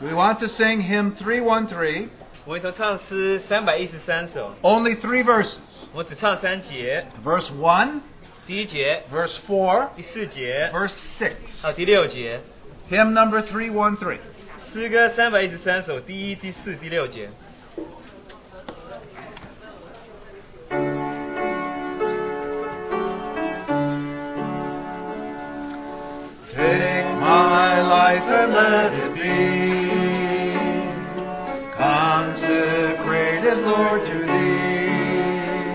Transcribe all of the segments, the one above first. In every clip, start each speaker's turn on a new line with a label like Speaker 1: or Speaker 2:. Speaker 1: We want to sing hymn 313,
Speaker 2: 我们从唱诗三百一十三首，
Speaker 1: only three verses.
Speaker 2: 我只唱三节，
Speaker 1: Verse 1,
Speaker 2: 第一节、
Speaker 1: verse 4,
Speaker 2: 第四节，
Speaker 1: verse 6.
Speaker 2: 还有第六节。
Speaker 1: Hymn number 313.
Speaker 2: 诗歌三百一十三首第一、第四、第六节。
Speaker 1: Take my life and let it be consecrated, Lord, to Thee.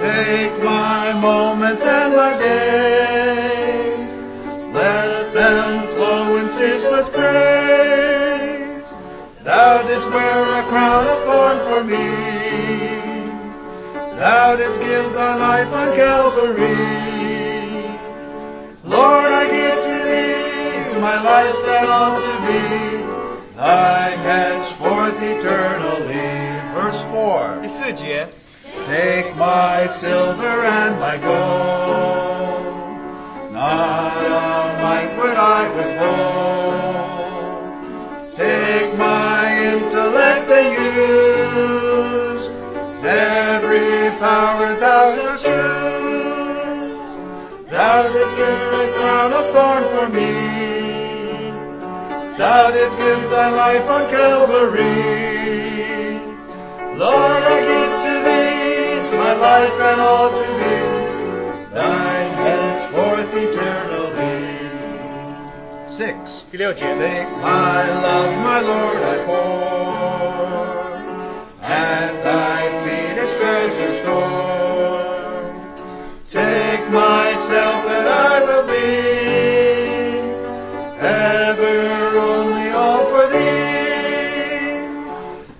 Speaker 1: Take my moments and my days, let them flow in ceaseless praise. Thou didst wear a crown of thorn for me. Thou didst give thy life on Calvary. Lord, I give to thee my life and all to be, thy henceforth eternally. Verse 4.
Speaker 2: 第四节，
Speaker 1: Take my silver and my gold, not a mite would I withhold. Take my intellect and use every power thou hast used. Thou didst give a crown of thorn for me. Thou didst give thy life on Calvary. Lord, I give to thee my life and all to thee, thine henceforth eternally. Six.
Speaker 2: 第六节，
Speaker 1: Make my love, my Lord, I pour, and thy feet its treasure store. Take myself and I will be ever only all for thee.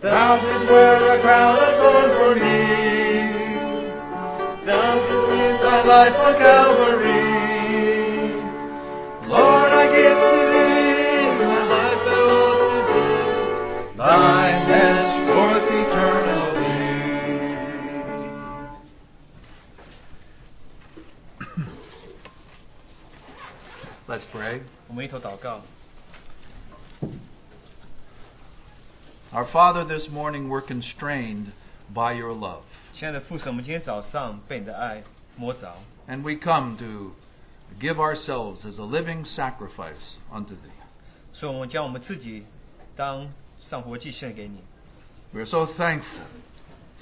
Speaker 1: Thou didst wear a crown of thorn for me. Thou didst give thy life on Calvary. Lord, I give to thee my life and all to thee. Thine henceforth eternally. Let's pray.
Speaker 2: 我们一头祷告。
Speaker 1: Our Father, this morning we're constrained by your love.
Speaker 2: 亲爱的父神，我们今天早上被你的爱摸着，
Speaker 1: And we come to give ourselves as a living sacrifice unto Thee.
Speaker 2: 所以我们将我们自己当上活祭献给你。
Speaker 1: We are so thankful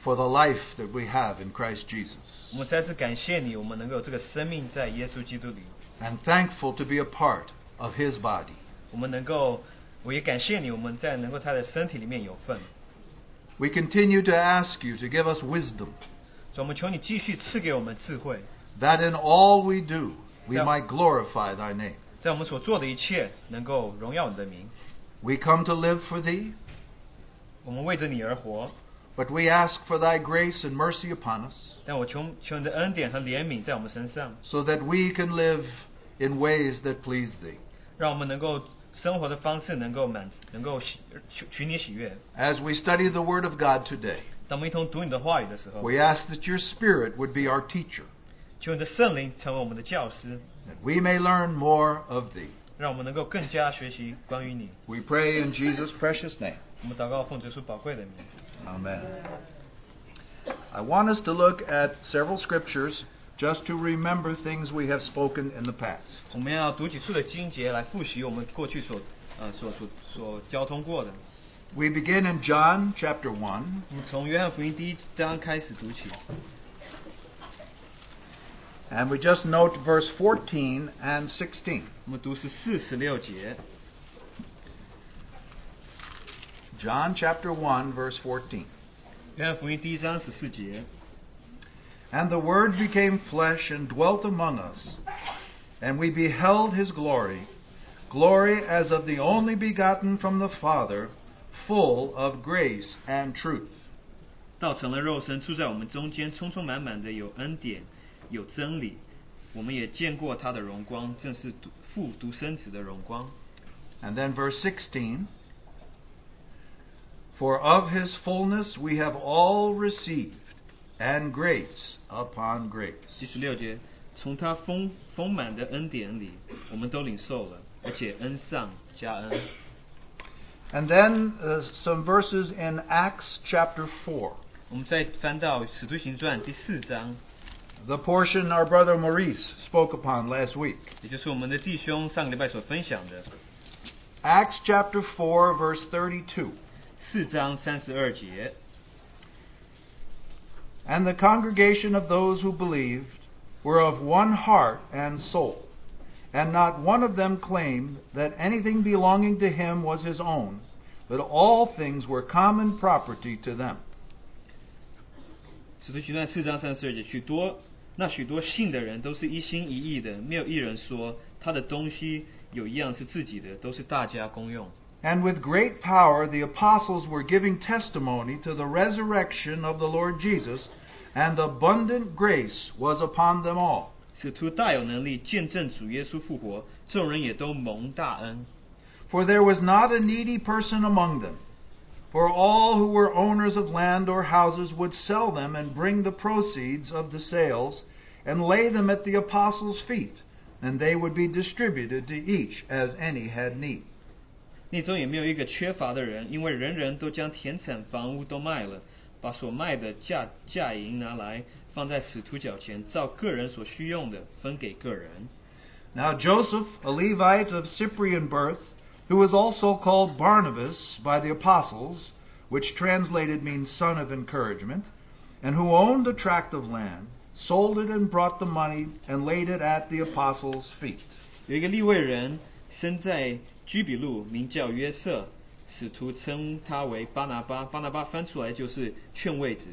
Speaker 1: for the life that we have in Christ Jesus,
Speaker 2: 我们实在是感谢你，我们能够有这个生命在耶稣基督里，
Speaker 1: and thankful to be a part of His body.
Speaker 2: 我们能够，我也感谢你，我们在能够在他的身体里面有份。
Speaker 1: We continue to ask You to give us wisdom,
Speaker 2: 所以我们求你继续赐给我们智慧，
Speaker 1: that in all we do we
Speaker 2: Yeah.
Speaker 1: might glorify Thy name.
Speaker 2: 在我们所做的一切能够荣耀你的名。
Speaker 1: We come to live for Thee,
Speaker 2: 我们为着你而活，
Speaker 1: but we ask for Thy grace and mercy upon us,
Speaker 2: 但我求求你的恩典和怜悯在我们身上，
Speaker 1: so that we can live in ways that please Thee.
Speaker 2: 让我们能够生活的方式能够满，能够喜取取你喜悦。
Speaker 1: As we study the Word of God today,
Speaker 2: 当我们一同读你的话语的时候，
Speaker 1: We ask that your Spirit would be our teacher,
Speaker 2: 求你的圣灵成为我们的教师，
Speaker 1: that we may learn more of thee.
Speaker 2: 让我们能够更加学习关于你。
Speaker 1: We pray in Jesus' precious name.
Speaker 2: 我们祷告奉主耶稣宝贵的名。
Speaker 1: Amen. I want us to look at several scriptures just to remember things we have spoken in the past.
Speaker 2: 我们要读几处的经节来复习我们过去所呃所所所交通过的。
Speaker 1: We begin in John chapter 1,
Speaker 2: 我们从约翰福音第一章开始读起，
Speaker 1: and we just note verse 14 and 16.
Speaker 2: 我们读是四十六节，
Speaker 1: John chapter 1, verse 14.
Speaker 2: 约翰福音第一章十四节。
Speaker 1: And the Word became flesh and dwelt among us, and we beheld his glory, glory as of the only begotten from the Father, full of grace and truth.
Speaker 2: 道成了肉身，住在我们中间，充充满满的有恩典，有真理。我们也见过他的荣光，正是独父独生子的荣光。
Speaker 1: And then verse 16 For of his fullness we have all received, and grace upon
Speaker 2: 第
Speaker 1: grace.
Speaker 2: 十六节，从他丰丰满的恩典里，我们都领受了，而且恩上加恩。
Speaker 1: And then uh, some verses in Acts chapter 4,
Speaker 2: 我们再翻到《使徒行传》第四章，
Speaker 1: the portion our brother Maurice spoke upon last week.
Speaker 2: 也就是我们的弟兄上个礼拜所分享的
Speaker 1: Acts chapter 4, verse 32.
Speaker 2: 四章三十二节。
Speaker 1: And the congregation of those who believed were of one heart and soul, and not one of them claimed that anything belonging to him was his own, but all things were common property to them.
Speaker 2: 使徒行传四章三十二节，许多那许多信的人都是一心一意的，没有一人说他的东西有一样是自己的，都是大家公用。
Speaker 1: And with great power the apostles were giving testimony to the resurrection of the Lord Jesus, and abundant grace was upon them all.
Speaker 2: 使徒大有能力见证主耶稣复活，众人也都蒙大恩。
Speaker 1: For there was not a needy person among them. For all who were owners of land or houses would sell them and bring the proceeds of the sales and lay them at the apostles' feet, and they would be distributed to each as any had need.
Speaker 2: 那中也没有一个缺乏的人，因为人人都将田产、房屋都卖了，把所卖的价价银拿来放在使徒脚前，照个人所需用的分给个人。
Speaker 1: Now Joseph, a Levite of Cyprian birth, who was also called Barnabas by the apostles, which translated means son of encouragement, and who owned a tract of land, sold it and brought the money and laid it at the apostles' feet.
Speaker 2: 有一个利未人，生在居比路，名叫约瑟，使徒称他为巴拿巴。巴拿巴翻出来就是劝位子。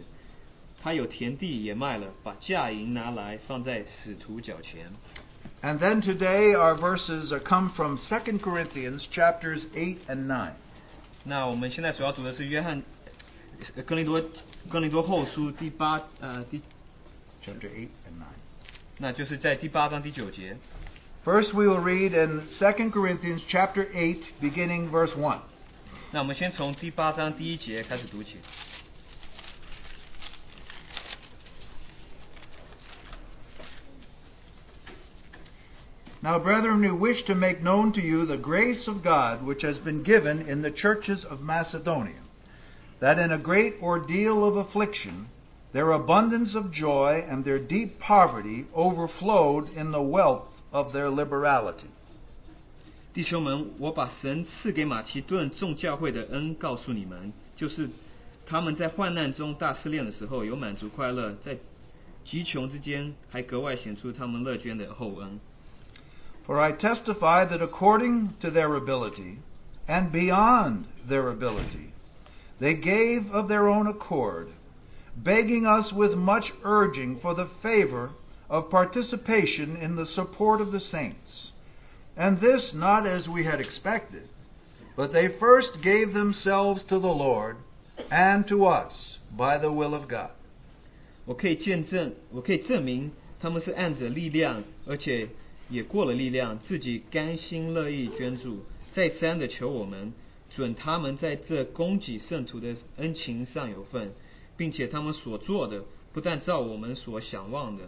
Speaker 2: 他有田地也卖了，把价银拿来放在使徒脚前。
Speaker 1: And then today our verses are come from 2 Corinthians chapters 8 and 9.
Speaker 2: 那我们现在所要读的是约翰呃哥林多哥林多后书第八呃第，
Speaker 1: Chapter 8 and 9.
Speaker 2: 那就是在第八章第九节。
Speaker 1: First we will read in 2 Corinthians chapter 8 beginning verse 1.
Speaker 2: 那我们先从第八章第一节开始读起。
Speaker 1: Now, brethren, we wish to make known to you the grace of God which has been given in the churches of Macedonia, that in a great ordeal of affliction, their abundance of joy and their deep poverty overflowed in the wealth of their liberality.
Speaker 2: 弟兄们，我把神赐给马其顿众教会的恩告诉你们，就是他们在患难中大试炼的时候有满足快乐，在极穷之间还格外显出他们乐捐的厚恩。
Speaker 1: For I testify that according to their ability, and beyond their ability, they gave of their own accord, begging us with much urging for the favor of participation in the support of the saints. And this not as we had expected, but they first gave themselves to the Lord and to us by the will of God.
Speaker 2: 我可以见证，我可以证明他们是按着力量，而且也过了力量，自己甘心乐意捐助，再三的求我们准他们在这供给圣徒的恩情上有份，并且他们所做的不但照我们所想望的，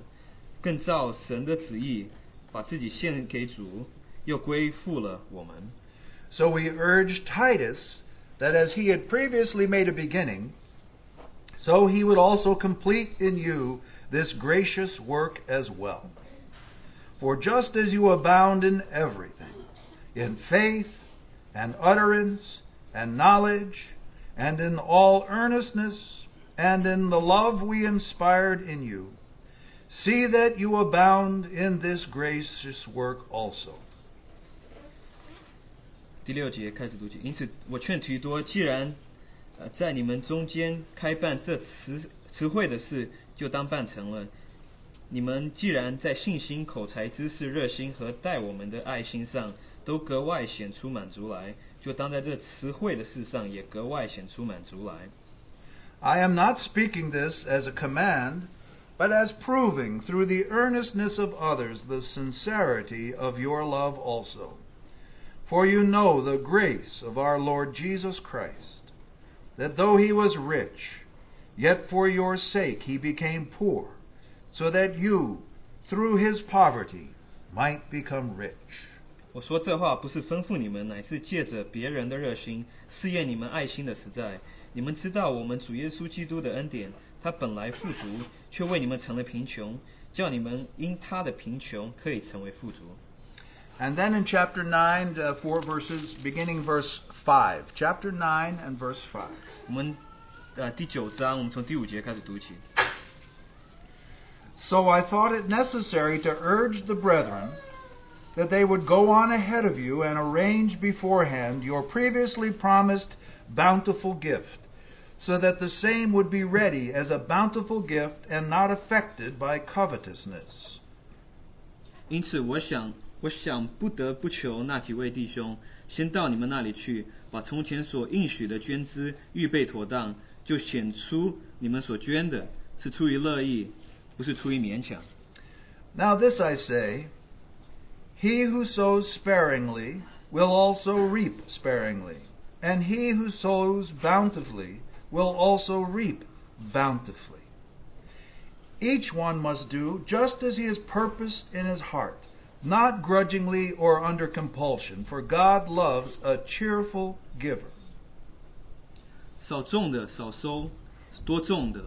Speaker 2: 更照神的旨意把自己献给主，又归附了我们。
Speaker 1: So we urge Titus that as he had previously made a beginning, so he would also complete in you this gracious work as well. For just as you abound in everything, in faith and utterance and knowledge, and in all earnestness, and in the love we inspired in you, see that you abound in this gracious work also.
Speaker 2: 第六节开始读经。因此，我劝提多，既然呃在你们中间开办这词词汇的事，就当办成了。你们既然在信心、口才、知识、热心和待我们的爱心上都格外显出满足来，就当在这词汇的事上也格外显出满足来。
Speaker 1: I am not speaking this as a command, but as proving through the earnestness of others the sincerity of your love also. For you know the grace of our Lord Jesus Christ, that though he was rich, yet for your sake he became poor, so that you, through his poverty, might become rich.
Speaker 2: 我说这话不是吩咐你们，乃是借着别人的热心试验你们爱心的实在。你们知道我们主耶稣基督的恩典，他本来富足，却为你们成了贫穷，叫你们因他的贫穷可以成为富足。
Speaker 1: And then in chapter 9, uh, four verses, beginning verse 5. Chapter 9 and verse 5.
Speaker 2: 我们呃第九章，我们从第五节开始读起。
Speaker 1: So I thought it necessary to urge the brethren that they would go on ahead of you and arrange beforehand your previously promised bountiful gift, so that the same would be ready as a bountiful gift and not affected by covetousness.
Speaker 2: 因此，我想，我想不得不求那几位弟兄，先到你们那里去，把从前所应许的捐资预备妥当，就显出你们所捐的是出于乐意，不是出于勉强。
Speaker 1: Now this I say He who sows sparingly will also reap sparingly, and he who sows bountifully will also reap bountifully. Each one must do just as he has purposed in his heart, not grudgingly or under compulsion, for God loves a cheerful giver.
Speaker 2: 少种的少收，多种的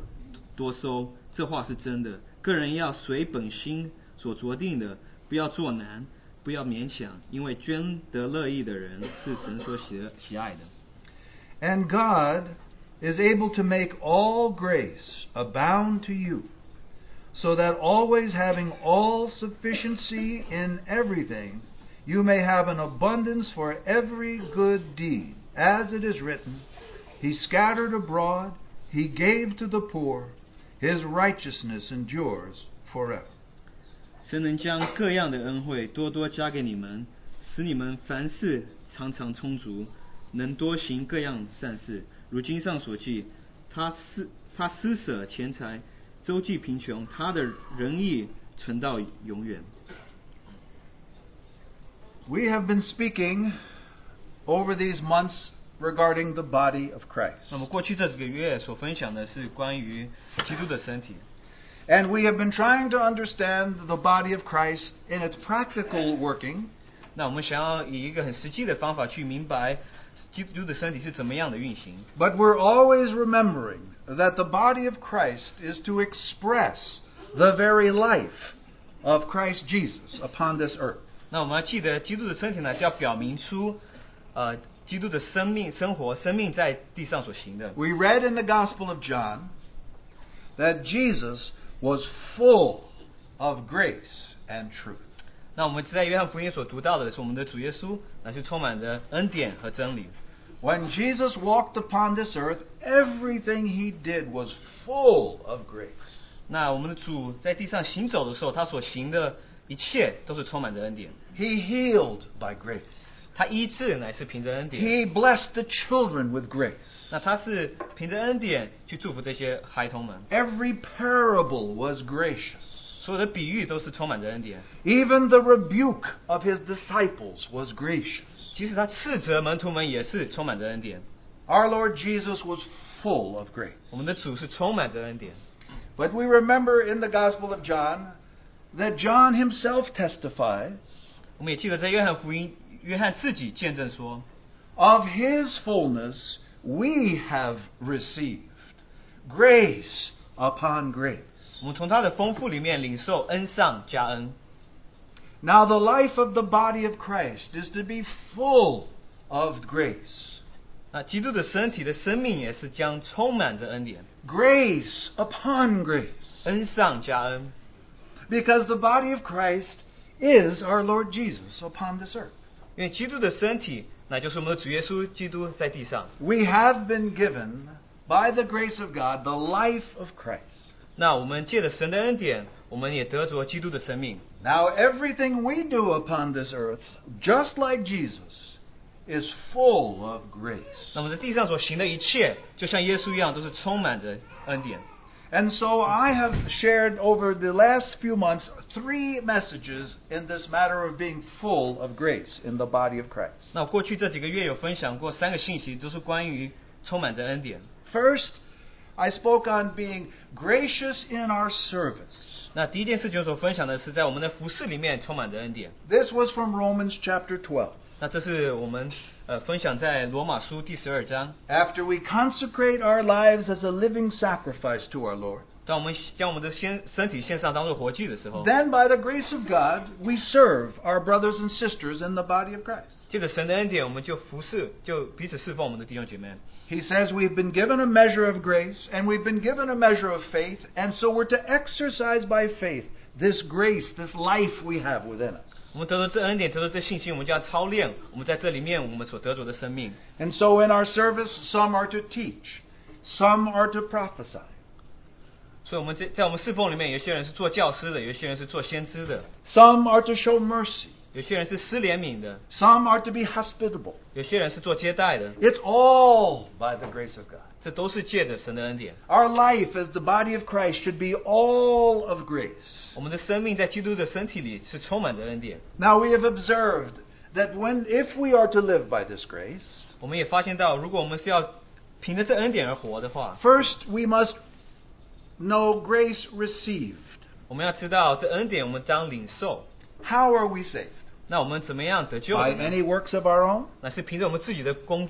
Speaker 2: 多收，这话是真的。个人要随本心所酌定的，不要做难，不要勉强，因为捐得乐意的人是神所喜喜爱的。
Speaker 1: And God is able to make all grace abound to you, so that always having all sufficiency in everything, you may have an abundance for every good deed. As it is written, He scattered abroad, He gave to the poor, His righteousness endures forever.
Speaker 2: 神能将各样的恩惠多多加给你们，使你们凡事常常充足，能多行各样善事。如经上所记，他施他施舍钱财，周济贫穷，他的仁义存到永远。
Speaker 1: We have been speaking over these months regarding the body of Christ.
Speaker 2: 那么过去这几个月所分享的是关于基督的身体，
Speaker 1: And we have been trying to understand the body of Christ in its practical working.
Speaker 2: 那我们想要以一个很实际的方法去明白基督的身体是怎么样的运行。
Speaker 1: But we're always remembering that the body of Christ is to express the very life of Christ Jesus upon this earth.
Speaker 2: 那我们要记得，基督的身体呢是要表明出，呃，基督的生命、生活、生命在地上所行的。
Speaker 1: We read in the Gospel of John that Jesus was full of grace and truth.
Speaker 2: 那我们在约翰福音所读到的是，我们的主耶稣乃是充满着恩典和真理。
Speaker 1: When Jesus walked upon this earth, everything he did was full of grace.
Speaker 2: 那我们的主在地上行走的时候，他所行的一切都是充满着恩典。
Speaker 1: He healed by grace.
Speaker 2: 他医治乃是凭着恩典，
Speaker 1: He blessed the children with grace.
Speaker 2: 那他是凭着恩典去祝福这些孩童们。
Speaker 1: Every parable was gracious.
Speaker 2: 所有的比喻都是充满着恩典，
Speaker 1: Even the rebuke of his disciples was gracious.
Speaker 2: 即使他斥责门徒们也是充满着恩典。
Speaker 1: Our Lord Jesus was full of grace.
Speaker 2: 我们的主是充满着恩典。
Speaker 1: But we remember in the Gospel of John that John himself testifies
Speaker 2: 我们也记得在约翰福音，约翰自己见证说，
Speaker 1: of his fullness we have received grace upon grace.
Speaker 2: 我们从他的丰富里面领受恩上加恩。
Speaker 1: Now, the life of the body of Christ is to be full of grace.
Speaker 2: 那基督的身体的生命也是将充满着恩典，
Speaker 1: Grace upon grace.
Speaker 2: 恩上加恩，
Speaker 1: Because the body of Christ is our Lord Jesus upon this earth.
Speaker 2: 因为基督的身体，那就是我们的主耶稣基督在地上。
Speaker 1: We have been given, by the grace of God, the life of Christ.
Speaker 2: 那我们借着神的恩典，我们也得着基督的生命。
Speaker 1: Now, everything we do upon this earth, just like Jesus, is full of grace.
Speaker 2: 那么在地上所行的一切，就像耶稣一样，都是充满着恩典。
Speaker 1: And so, I have shared over the last few months three messages in this matter of being full of grace in the body of Christ.
Speaker 2: 那我过去这几个月有分享过三个信息，都是关于充满着恩典。
Speaker 1: First, I spoke on being gracious in our service.
Speaker 2: 那第一件事情所分享的是在我们的服饰里面充满着恩典。
Speaker 1: This was from Romans chapter 12.
Speaker 2: 那这是我们呃分享在罗马书第十二章，
Speaker 1: After we consecrate our lives as a living sacrifice to our Lord,
Speaker 2: 当我们将我们的先身体献上当做活祭的时候，
Speaker 1: then by the grace of God, we serve our brothers and sisters in the body of Christ.
Speaker 2: 借着神的恩典，我们就服侍，就彼此侍奉我们的弟兄姐妹。
Speaker 1: He says we've been given a measure of grace and we've been given a measure of faith, and so we're to exercise by faith this grace, this life we have within us.
Speaker 2: 我们得到这恩典，得到这信心，我们就要操练我们在这里面我们所得着的生命。
Speaker 1: And so in our service, some are to teach, some are to prophesy.
Speaker 2: 所以，我们在在我们侍奉里面，有些人是做教师的，有些人是做先知的，
Speaker 1: Some are to show mercy.
Speaker 2: 有些人是施怜悯的，
Speaker 1: Some are to be hospitable.
Speaker 2: 有些人是做接待的，
Speaker 1: It's all by the grace of God.
Speaker 2: 这都是借着神的恩典。
Speaker 1: Our life as the body of Christ should be all of grace.
Speaker 2: 我们的生命在基督的身体里是充满着恩典。
Speaker 1: Now we have observed that when if we are to live by this grace,
Speaker 2: 我们也发现到，如果我们是要凭着这恩典而活的话，
Speaker 1: first we must know grace received.
Speaker 2: 我们要知道这恩典我们当领受。
Speaker 1: How are we saved?
Speaker 2: 那我们怎么样得救
Speaker 1: By
Speaker 2: 呢？
Speaker 1: any works of our own?
Speaker 2: 那是凭着我们自己的工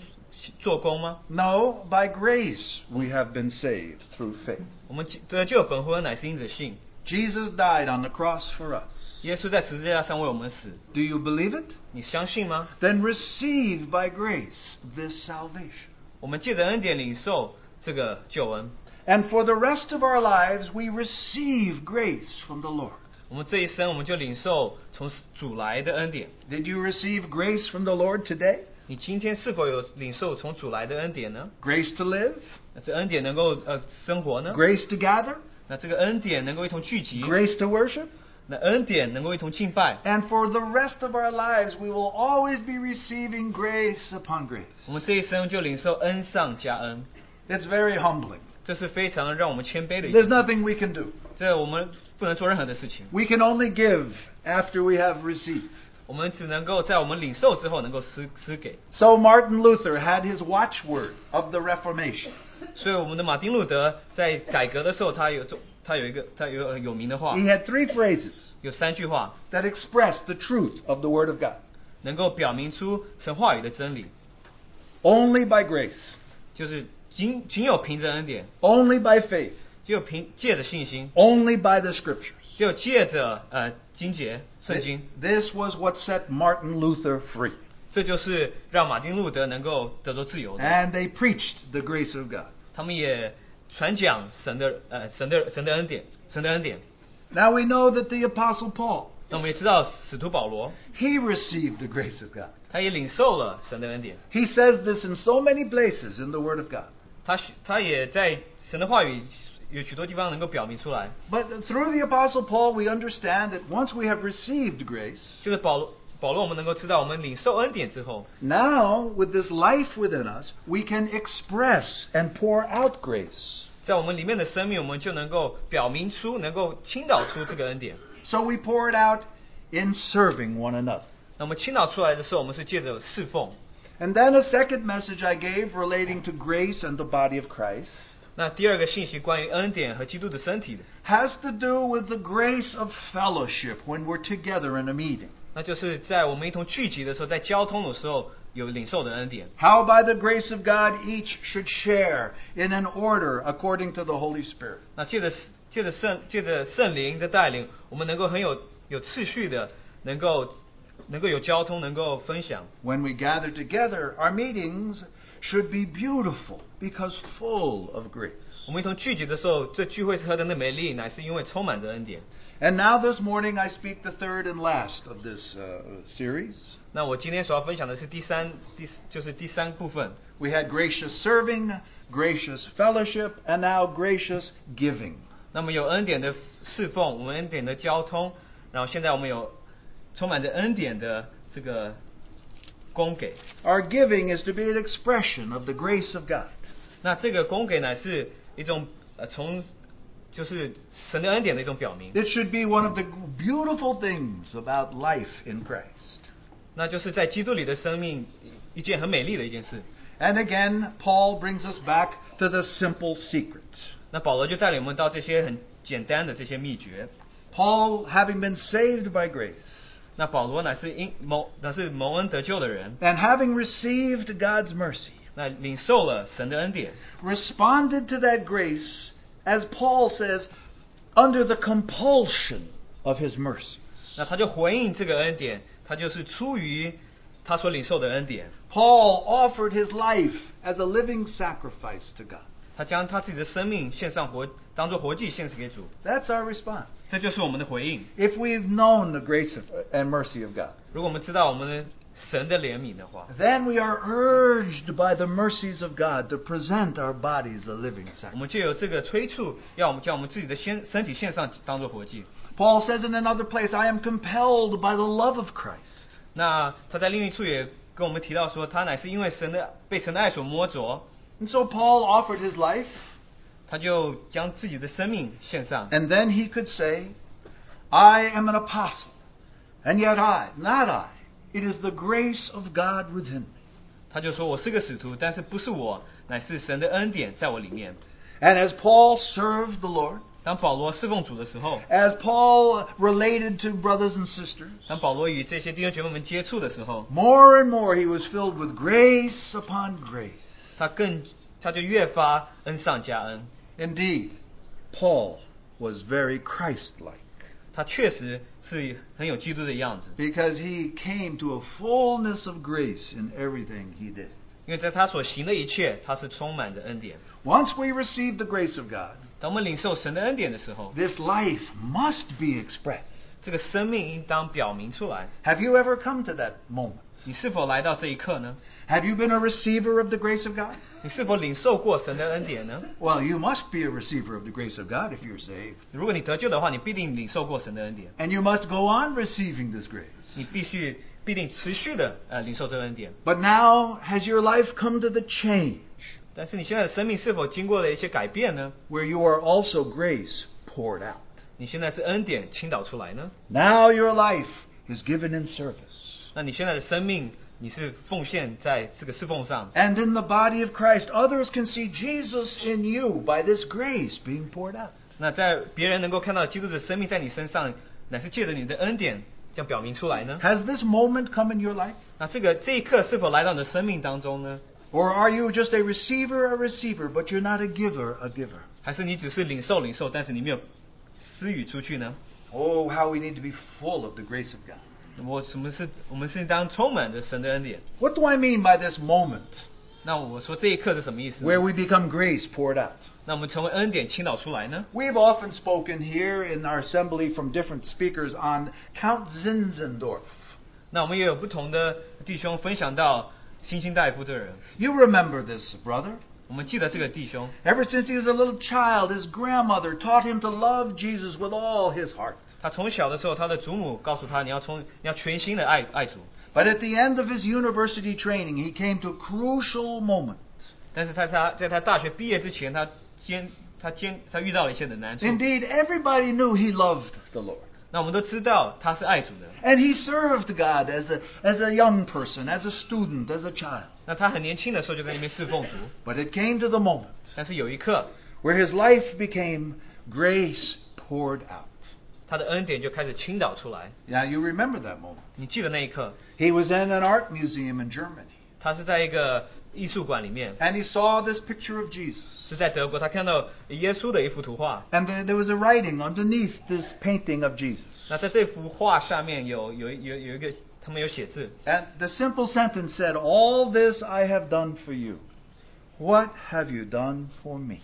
Speaker 2: 做工吗？
Speaker 1: No, by grace we have been saved through faith.
Speaker 2: 我们得救本乎恩，乃是因着信。
Speaker 1: Jesus died on the cross for us.
Speaker 2: 耶稣在十字架上为我们死，
Speaker 1: Do you believe it?
Speaker 2: 你相信吗？
Speaker 1: Then receive by grace this salvation.
Speaker 2: 我们借着恩典领受这个救恩，
Speaker 1: And for the rest of our lives, we receive grace from the Lord.
Speaker 2: 我们这一生我们就领受从主来的恩典。
Speaker 1: Did you receive grace from the Lord today?
Speaker 2: 你今天是否有领受从主来的恩典呢？
Speaker 1: Grace to live,
Speaker 2: 那这恩典能够呃生活呢？
Speaker 1: grace to gather,
Speaker 2: 那这个恩典能够一同聚集，
Speaker 1: grace to worship.
Speaker 2: 那恩典能够一同敬拜。
Speaker 1: And for the rest of our lives, we will always be receiving grace upon grace.
Speaker 2: 我们这一生就领受恩上加恩，
Speaker 1: It's very humbling.
Speaker 2: 这是非常让我们谦卑的一件
Speaker 1: There's nothing we can do.
Speaker 2: 这我们不能做任何的事情，
Speaker 1: We can only give after we have received.
Speaker 2: 我们只能够在我们领受之后能够施施给。
Speaker 1: So Martin Luther had his watchword of the Reformation.
Speaker 2: 所以我们的马丁路德在改革的时候，他有种他有一个他有有名的话，
Speaker 1: He had three phrases
Speaker 2: 有三句话
Speaker 1: that express the truth of the Word of God.
Speaker 2: 能够表明出神话语的真理，
Speaker 1: Only by grace,
Speaker 2: 就是仅仅有凭着恩典，
Speaker 1: only by faith,
Speaker 2: 只有凭借着信心，
Speaker 1: only by the Scriptures.
Speaker 2: 只有借着呃经节圣经，
Speaker 1: This was what set Martin Luther free.
Speaker 2: 这就是让马丁路德能够得到自由的。
Speaker 1: And they preached the grace of God.
Speaker 2: 他们也传讲神的呃神的神的恩典，神的恩典。
Speaker 1: Now we know that the Apostle Paul,
Speaker 2: 那我们也知道使徒保罗，
Speaker 1: he received the grace of God.
Speaker 2: 他也领受了神的恩典，
Speaker 1: He says this in so many places in the Word of God.
Speaker 2: 他许他也在神的话语有许多地方能够表明出来。
Speaker 1: But through the Apostle Paul, we understand that once we have received grace,
Speaker 2: 就是保罗保罗，我们能够知道，我们领受恩典之后，
Speaker 1: now with this life within us, we can express and pour out grace.
Speaker 2: 在我们里面的生命，我们就能够表明出，能够倾倒出这个恩典。
Speaker 1: So we pour it out in serving one another.
Speaker 2: 那么倾倒出来的时候，我们是借着侍奉。
Speaker 1: And then a second message I gave relating to grace and the body of Christ
Speaker 2: 那第二个信息关于恩典和基督的身体的，
Speaker 1: has to do with the grace of fellowship when we're together in a meeting.
Speaker 2: 那就是在我们一同聚集的时候，在交通的时候有领受的恩典。
Speaker 1: How by the grace of God each should share in an order according to the Holy Spirit.
Speaker 2: 那借着借着圣借着圣灵的带领，我们能够很有有次序的，能够能够有交通，能够分享。
Speaker 1: When we gather together, our meetings should be beautiful because full of grace.
Speaker 2: 我们一同聚集的时候，这聚会是何等的美丽，乃是因为充满着恩典。
Speaker 1: And now this morning I speak the third and last of this uh, series.
Speaker 2: 那我今天所要分享的是第三第就是第三部分，
Speaker 1: We had gracious serving, gracious fellowship, and now gracious giving.
Speaker 2: 那么有恩典的侍奉，我们恩典的交通，然后现在我们有充满着恩典的这个供给。
Speaker 1: Our giving is to be an expression of the grace of God.
Speaker 2: 那这个供给乃是一种呃从就是神的恩典的一种表明，
Speaker 1: It should be one of the beautiful things about life in Christ.
Speaker 2: 那就是在基督里的生命一件很美丽的一件事。
Speaker 1: And again, Paul brings us back to the simple secrets.
Speaker 2: 那保罗就带领我们到这些很简单的这些秘诀。
Speaker 1: Paul, having been saved by grace
Speaker 2: 那保罗乃是因蒙乃是蒙恩得救的人，
Speaker 1: and having received God's mercy,
Speaker 2: 那领受了神的恩典，
Speaker 1: responded to that grace, as Paul says, under the compulsion of his mercies.
Speaker 2: 那他就回应这个恩典，他就是出于他所领受的恩典，
Speaker 1: Paul offered his life as a living sacrifice to God.
Speaker 2: 他将他自己的生命献上活，当做活祭献给主，
Speaker 1: That's our response.
Speaker 2: 这就是我们的回应。
Speaker 1: If we've known the grace of, and mercy of God,
Speaker 2: 如果我们知道我们神的怜悯的话，
Speaker 1: then we are urged by the mercies of God to present our bodies a living
Speaker 2: 我
Speaker 1: sacrifice.
Speaker 2: 们就有这个催促，要我们将我们自己的先身体献上当做活祭。
Speaker 1: Paul says in another place, I am compelled by the love of Christ.
Speaker 2: 那他在另一处也跟我们提到说，他乃是因为神的被神的爱所摸着，
Speaker 1: And so Paul offered his life,
Speaker 2: 他就将自己的生命献上。
Speaker 1: and then he could say, I am an apostle, and yet I, not I, it is the grace of God within me.
Speaker 2: 他就说我是个使徒，但是不是我，乃是神的恩典在我里面。
Speaker 1: And as Paul served the Lord,
Speaker 2: 当保罗侍奉主的时候，
Speaker 1: as Paul related to brothers and sisters,
Speaker 2: 当保罗与这些弟兄姐妹们接触的时候，
Speaker 1: more and more he was filled with grace upon grace.
Speaker 2: 他更他就越发恩上加恩。
Speaker 1: Indeed, Paul was very Christ like
Speaker 2: 他确实是很有基督的样子，
Speaker 1: because he came to a fullness of grace in everything he did.
Speaker 2: 因为在他所行的一切，他是充满着恩典。
Speaker 1: Once we receive the grace of God,
Speaker 2: 当我们领受神的恩典的时候，
Speaker 1: this life must be expressed.
Speaker 2: 这个生命应当表明出来。
Speaker 1: Have you ever come to that moment?
Speaker 2: 你是否来到这一刻呢？
Speaker 1: Have you been a receiver of the grace of God?
Speaker 2: 你是否领受过神的恩典呢？
Speaker 1: Well, you must be a receiver of the grace of God if you're saved.
Speaker 2: 如果你得救的话，你必定领受过神的恩典，
Speaker 1: And you must go on receiving this grace.
Speaker 2: 你必须必定持续的呃领受这个恩典。
Speaker 1: But now, has your life come to the change
Speaker 2: 但是你现在的生命是否经过了一些改变呢？
Speaker 1: where you are also grace poured out?
Speaker 2: 你现在是恩典倾倒出来呢？
Speaker 1: Now your life is given in service.
Speaker 2: 那你现在的生命，你是奉献在这个侍奉上，
Speaker 1: And in the body of Christ, others can see Jesus in you by this grace being poured out.
Speaker 2: 那在别人能够看到基督的生命在你身上，乃是借着你的恩典这样表明出来呢？
Speaker 1: Has this moment come in your life?
Speaker 2: 那这个这一刻是否来到你的生命当中呢？
Speaker 1: Or are you just a receiver, a receiver, but you're not a giver, a giver?
Speaker 2: 还是你只是领受领受，但是你没有施予出去呢？
Speaker 1: Oh, how we need to be full of the grace of God.
Speaker 2: 我什么是我们是当充满着神的恩典？
Speaker 1: What do I mean by this moment
Speaker 2: 那我说这一刻是什么意思呢
Speaker 1: where we become grace poured out?
Speaker 2: 那我们成为恩典倾倒出来呢？
Speaker 1: We've often spoken here in our assembly from different speakers on Count Zinzendorf.
Speaker 2: 那我们也有不同的弟兄分享到星星大夫这个人，
Speaker 1: You remember this, brother.
Speaker 2: 我们记得这个弟兄，
Speaker 1: Ever since he was a little child, his grandmother taught him to love Jesus with all his heart.
Speaker 2: 他从小的时候，他的祖母告诉他，你要从你要全心的爱爱主。
Speaker 1: But at the end of his university training, he came to a crucial moment.
Speaker 2: 但是他他在他大学毕业之前，他兼他兼他遇到了一些的难处。
Speaker 1: Indeed, everybody knew he loved the Lord.
Speaker 2: 那我们都知道他是爱主的，
Speaker 1: And he served God as a, as a young person, as a student, as a child.
Speaker 2: 那他很年轻的时候就在那边侍奉主，
Speaker 1: But it came to the moment
Speaker 2: 但是有一刻，
Speaker 1: where his life became grace poured out.
Speaker 2: 他的恩典就开始倾倒出来。
Speaker 1: Now, you remember that moment.
Speaker 2: 你记得那一刻，
Speaker 1: He was in an art museum in Germany,
Speaker 2: 他是在一个艺术馆里面，
Speaker 1: and he saw this picture of Jesus.
Speaker 2: 是在德国，他看到耶稣的一幅图画。
Speaker 1: And there- there was a writing underneath this painting of Jesus.
Speaker 2: 那在这幅画下面有有有有一个，他们有写字，
Speaker 1: And the simple sentence said, All this I have done for you. What have you done for me?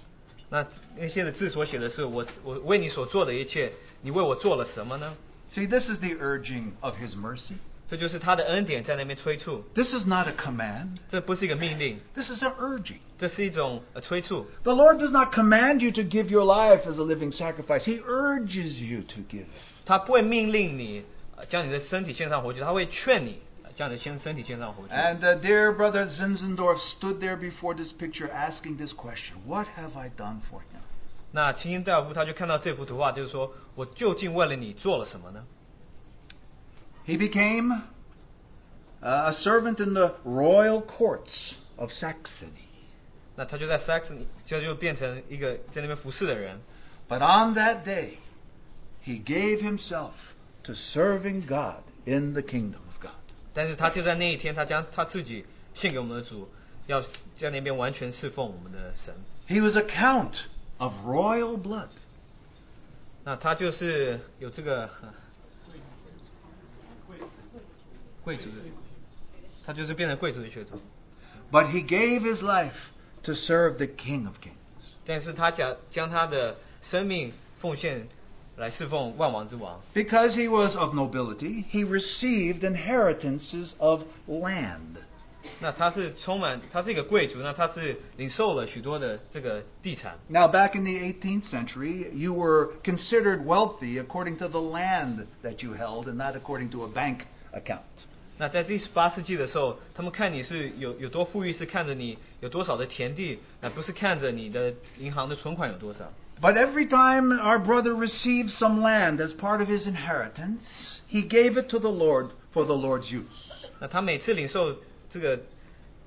Speaker 2: 那那些的字所写的是我我为你所做的一切，你为我做了什么呢？
Speaker 1: See, this is the urging of his mercy.
Speaker 2: 这就是他的恩典在那边催促，
Speaker 1: This is not a command,
Speaker 2: 这不是一个命令，
Speaker 1: this is an urging.
Speaker 2: 这是一种呃催促。
Speaker 1: The Lord does not command you to give your life as a living sacrifice, He urges you to give.
Speaker 2: 他不会命令你呃将你的身体献上活祭，他会劝你呃将你的身身体献上活祭。
Speaker 1: And uh, dear brother Zinzendorf stood there before this picture asking this question What have I done for him?
Speaker 2: 那清新大夫他就看到这幅图画，就是说我究竟为了你做了什么呢？
Speaker 1: He became uh, a servant in the royal courts of Saxony.
Speaker 2: 那他就在 Saxony，就就变成一个在那边服侍的人。
Speaker 1: But on that day, he gave himself to serving God in the kingdom of God.
Speaker 2: 但是他就在那一天，他将他自己献给我们的主，要在那边完全侍奉我们的神。
Speaker 1: He was a count of royal blood.
Speaker 2: 那他就是有这个呃贵族的，他就是变成贵族的血统。
Speaker 1: But he gave his life to serve the King of Kings.
Speaker 2: 但是他将将他的生命奉献来侍奉万王之王，
Speaker 1: Because he was of nobility, he received inheritances of land.
Speaker 2: 那他是充满，他是一个贵族，那他是领受了许多的这个地产。
Speaker 1: Now, back in the 18th century, you were considered wealthy according to the land that you held and not according to a bank account.
Speaker 2: 那在第十八世纪的时候，他们看你是有有多富裕，是看着你有多少的田地，而不是看着你的银行的存款有多少。
Speaker 1: But every time our brother received some land as part of his inheritance, he gave it to the Lord for the Lord's use.
Speaker 2: 那他每次领受这个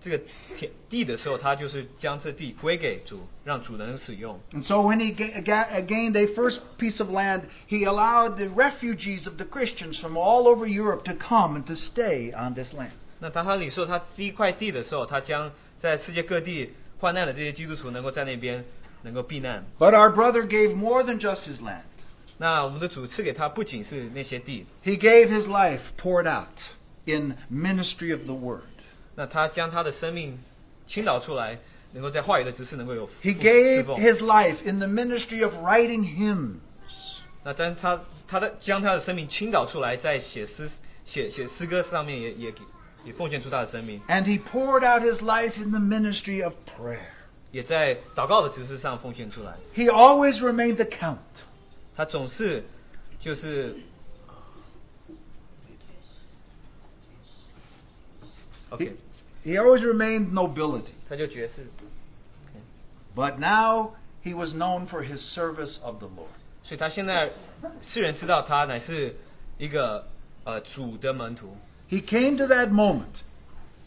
Speaker 2: 这个田地的时候，他就是将这地归给主，让主人使用。
Speaker 1: And so when he ga- ga- gained a first piece of land, he allowed the refugees of the Christians from all over Europe to come and to stay on this land.
Speaker 2: 那当他领受他第一块地的时候，他将在世界各地患难的这些基督徒能够在那边能够避难。
Speaker 1: But our brother gave more than just his land.
Speaker 2: 那我们的主赐给他不仅是那些地，
Speaker 1: He gave his life poured out in ministry of the word.
Speaker 2: 那他将他的生命倾倒出来，能够在话语的指示能够有
Speaker 1: He
Speaker 2: 侍
Speaker 1: gave
Speaker 2: 奉。
Speaker 1: his life in the ministry of writing hymns.
Speaker 2: 那将他他的将他的生命倾倒出来，在写诗写写诗歌上面也也给也奉献出他的生命，
Speaker 1: And he poured out his life in the ministry of prayer.
Speaker 2: 也在祷告的指示上奉献出来。
Speaker 1: He always remained the count.
Speaker 2: 他总是就是。OK，
Speaker 1: He always remained nobility.
Speaker 2: 他就爵士，
Speaker 1: But now he was known for his service of the Lord.
Speaker 2: 所以他现在世人知道他乃是一个呃主的门徒。
Speaker 1: He came to that moment,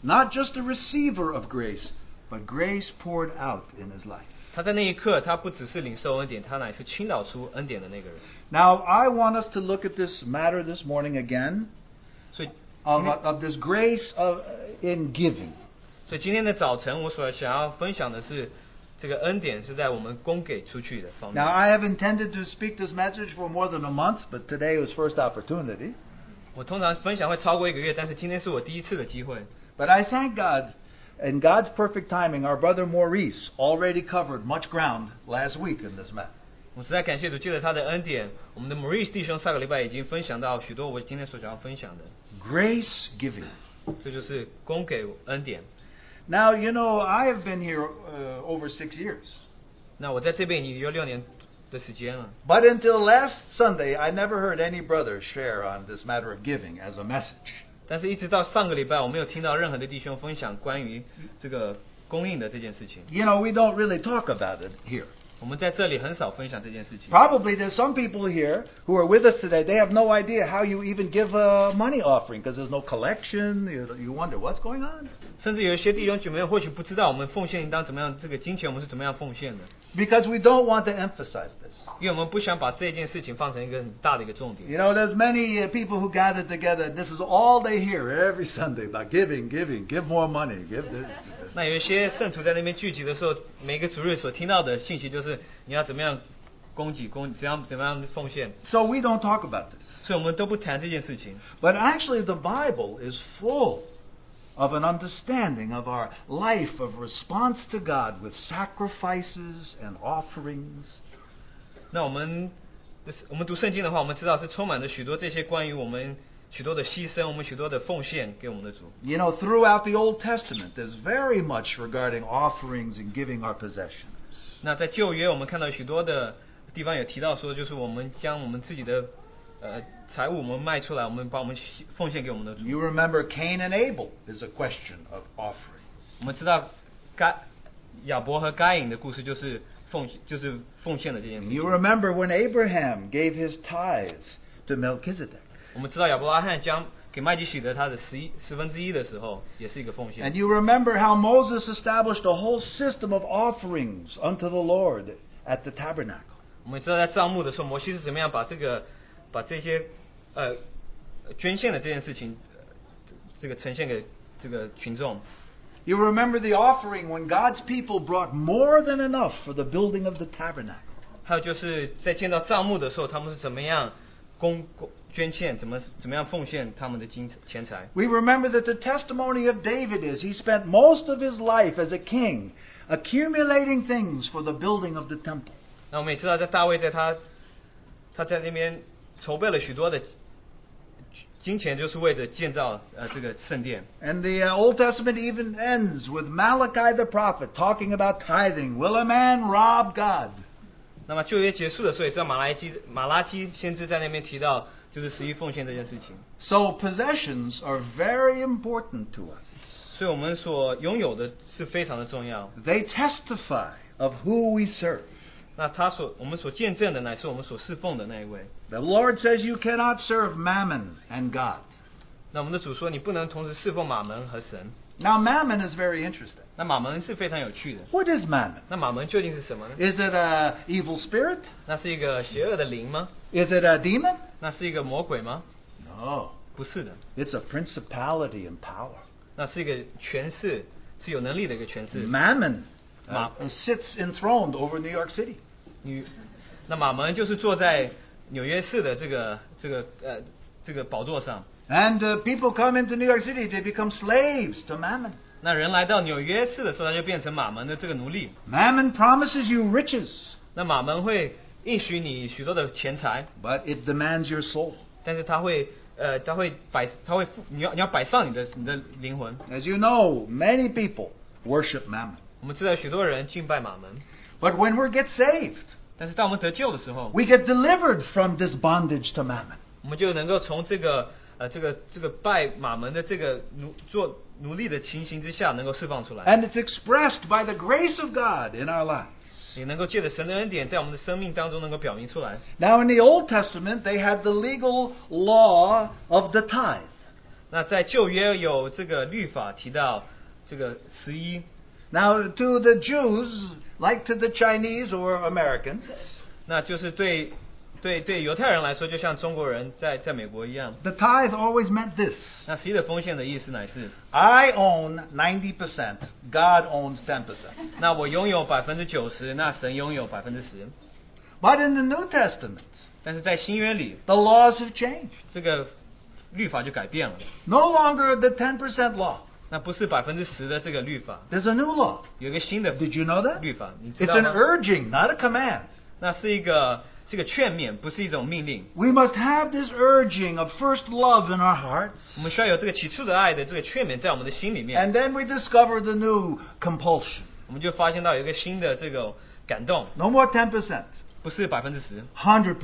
Speaker 1: not just a receiver of grace, but grace poured out in his life.
Speaker 2: 他在那一刻，他不只是领受恩典，他乃是倾倒出恩典的那个人。
Speaker 1: Now, I want us to look at this matter this morning again
Speaker 2: 所以，
Speaker 1: of, of this grace of, in giving.
Speaker 2: 所以今天的早晨，我所想要分享的是，这个恩典是在我们供给出去的方
Speaker 1: Now,
Speaker 2: 面。
Speaker 1: I have intended to speak this message for more than a month, but today was first opportunity.
Speaker 2: 我通常分享会超过一个月，但是今天是我第一次的机会。
Speaker 1: But I thank God. In God's perfect timing, our brother Maurice already covered much ground last week in this matter.
Speaker 2: 我实在感谢主，借着他的恩典，我们的 Maurice 弟兄上个礼拜已经分享到许多我今天所想要分享的，
Speaker 1: Grace giving.
Speaker 2: 这就是供给恩典。
Speaker 1: Now, you know, I have been here uh, over six years.
Speaker 2: 那我在这边已经有六年的时间了，
Speaker 1: But until last Sunday, I never heard any brother share on this matter of giving as a message.
Speaker 2: 但是一直到上个礼拜，我没有听到任何的弟兄分享关于这个供应的这件事情。
Speaker 1: You know, we don't really talk about it here.
Speaker 2: 我们在这里很少分享这件事情。
Speaker 1: Probably there's some people here who are with us today, they have no idea how you even give a money offering because there's no collection. You, you wonder what's going on.
Speaker 2: 甚至有一些弟兄姐妹或许不知道我们奉献应当怎么样，这个金钱我们是怎么样奉献的，
Speaker 1: Because we don't want to emphasize this.
Speaker 2: 因为我们不想把这件事情放成一个很大的一个重点。
Speaker 1: You know, there's many uh, people who gather together, and this is all they hear every Sunday about giving, giving, give more money, give this. give this.
Speaker 2: 那有一些圣徒在那边聚集的时候，每个主日所听到的信息就是你要怎么样供给供，怎样怎么样奉献，
Speaker 1: So we don't talk about this.
Speaker 2: 所以我们都不谈这件事情。
Speaker 1: But actually, the Bible is full of an understanding of our life of response to God with sacrifices and offerings.
Speaker 2: 那我们我们读圣经的话，我们知道是充满着许多这些关于我们许多的牺牲，我们许多的奉献给我们的主。
Speaker 1: You know, throughout the Old Testament, there's very much regarding offerings and giving our possessions.
Speaker 2: 那在旧约，我们看到许多的地方有提到说，就是我们将我们自己的呃财物我们卖出来，我们把我们牺奉献给我们的主。
Speaker 1: You remember Cain and Abel is a question of offering.
Speaker 2: 我们知道该亚伯和该隐的故事，就是奉就是奉献的这件事
Speaker 1: You
Speaker 2: 情。
Speaker 1: remember when Abraham gave his tithe to Melchizedek.
Speaker 2: 我们知道亚伯拉罕将给麦基许德他的十一十分之一的时候，也是一个奉
Speaker 1: And
Speaker 2: 献。
Speaker 1: you remember how Moses established a whole system of offerings unto the Lord at the tabernacle.
Speaker 2: 我们知道在账目的时候，摩西是怎么样把这个把这些呃捐献的这件事情、呃这个呈现给这个群众。
Speaker 1: You remember the offering when God's people brought more than enough for the building of the tabernacle.
Speaker 2: 还有就是在见到账目的时候，他们是怎么样供供捐献，怎么怎么样奉献他们的金钱财。
Speaker 1: We remember that the testimony of David is he spent most of his life as a king accumulating things for the building of the temple.
Speaker 2: 那我们也知道，在大卫在他他在那边筹备了许多的金钱，就是为着建造呃这个圣殿。
Speaker 1: And the uh, Old Testament even ends with Malachi the prophet talking about tithing. Will a man rob God?
Speaker 2: 那么旧约结束的时候，也知道马拉基马拉基先知在那边提到，就是十一奉献这件事情。
Speaker 1: So possessions are very important to us.
Speaker 2: 所以我们所拥有的是非常的啊重要。
Speaker 1: They testify of who we serve.
Speaker 2: 那他所我们所见证的乃是我们所侍奉的那一位。
Speaker 1: The Lord says you cannot serve mammon and God.
Speaker 2: 那我们的主说，你不能同时侍奉马门和神。
Speaker 1: Now mammon is very interesting.
Speaker 2: 那马门是非常有趣的。
Speaker 1: What is mammon?
Speaker 2: 那马门究竟是什么呢？
Speaker 1: Is it a evil spirit?
Speaker 2: 那是一个邪恶的灵吗？
Speaker 1: Is it a demon?
Speaker 2: 那是一个魔鬼吗？
Speaker 1: No.
Speaker 2: 不是的，
Speaker 1: It's a principality and power.
Speaker 2: 那是一个权势，是有能力的一个权势。
Speaker 1: Mammon uh,
Speaker 2: Ma-
Speaker 1: sits enthroned over New York City.
Speaker 2: 女，那马门就是坐在纽约市的这个这个呃这个宝座上。
Speaker 1: And uh, people come into New York City, they become slaves to Mammon.
Speaker 2: 那人来到纽约市的时候，他就变成马门的这个奴隶。
Speaker 1: Mammon promises you riches,
Speaker 2: 那马门会应许你许多的钱财，
Speaker 1: but it demands your soul.
Speaker 2: 但是他会呃他会摆他会付你要你要摆上你的你的灵魂。
Speaker 1: As you know, many people worship Mammon.
Speaker 2: 我们知道许多人敬拜马门，
Speaker 1: But when we get saved,
Speaker 2: 但是当我们得救的时候，
Speaker 1: we get delivered from this bondage to Mammon.
Speaker 2: 我们就能够从这个呃这个这个拜马门的这个奴做奴隶的情形之下，能够释放出来，
Speaker 1: And it's expressed by the grace of God in our lives.
Speaker 2: 也能够借着神的恩典，在我们的生命当中能够表明出来。
Speaker 1: Now, in the Old Testament, they had the legal law of the tithe.
Speaker 2: 那在旧约有这个律法提到这个十一，
Speaker 1: Now, to the Jews, like to the Chinese or Americans,
Speaker 2: 那就是对对对犹太人来说，就像中国人在在美国一样，
Speaker 1: the tithe always meant this
Speaker 2: 那十一的风险的意思乃是，
Speaker 1: I own 90%, God owns 10%.
Speaker 2: 那我拥有百分之九十，那神拥有百分之十。
Speaker 1: But in the New Testament,
Speaker 2: 但是在新约里，
Speaker 1: the laws have changed.
Speaker 2: 这个律法就改变了，
Speaker 1: No longer the 10% law,
Speaker 2: 那不是百分之十的这个律法，
Speaker 1: there's a new law.
Speaker 2: 有一个新的
Speaker 1: Did you know that?
Speaker 2: 律法，你知
Speaker 1: It's
Speaker 2: 道
Speaker 1: an
Speaker 2: 吗？
Speaker 1: urging, not a command.
Speaker 2: 那是一个是一个劝勉，不是一种命令。
Speaker 1: We must have this urging of first love in our hearts.
Speaker 2: 我们需要有这个起初的爱的这个劝勉在我们的心里面，
Speaker 1: And then we discover the new compulsion.
Speaker 2: 我们就发现到有一个新的这个感动，
Speaker 1: No more 10%,
Speaker 2: 不是百分之十，
Speaker 1: 100%.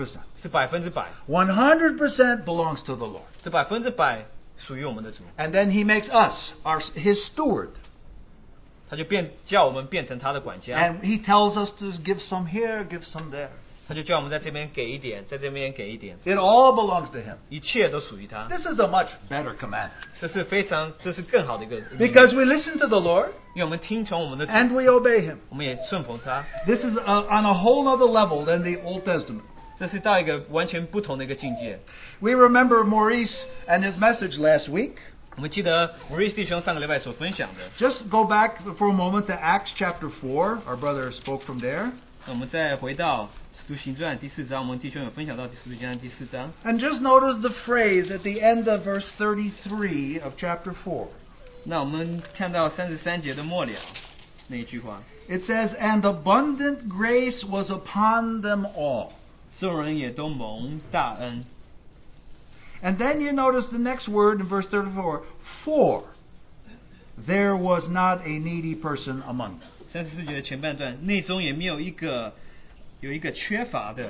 Speaker 2: 是百分之百，
Speaker 1: 100% belongs to the Lord.
Speaker 2: 是百分之百属于我们的主，
Speaker 1: And then he makes us our, his steward.
Speaker 2: 他就变叫我们变成他的管家，
Speaker 1: And he tells us to give some here, give some there.
Speaker 2: 他就叫我们在这边给一点，在这边给一点，
Speaker 1: It all belongs to him.
Speaker 2: 一切都属于他，
Speaker 1: This is a much better command.
Speaker 2: 这是非常这是更好的一个命令，
Speaker 1: Because we listen to the Lord
Speaker 2: 因为我们听从我们的主，
Speaker 1: and we obey him.
Speaker 2: 我们也顺服他，
Speaker 1: This is uh on a whole other level than the Old Testament.
Speaker 2: 这是到一个完全不同的一个境界。
Speaker 1: We remember Maurice and his message last week.
Speaker 2: 我们记得 Maurice 弟兄上个礼拜所分享的，
Speaker 1: Just go back for a moment to Acts chapter 4. Our brother spoke from there.
Speaker 2: 那我们再回到《使徒行传》第四章，我们弟兄有分享到《使徒行传》第四章。
Speaker 1: And just notice the phrase at the end of verse 33 of chapter 4.
Speaker 2: 那我们看到三十三节的末了那一句话，
Speaker 1: It says, And abundant grace was upon them all.
Speaker 2: 众人也都蒙大恩。
Speaker 1: And then you notice the next word in verse 34 For there was not a needy person among them.
Speaker 2: 三十四节的前半段，内中也没有一个有一个缺乏的。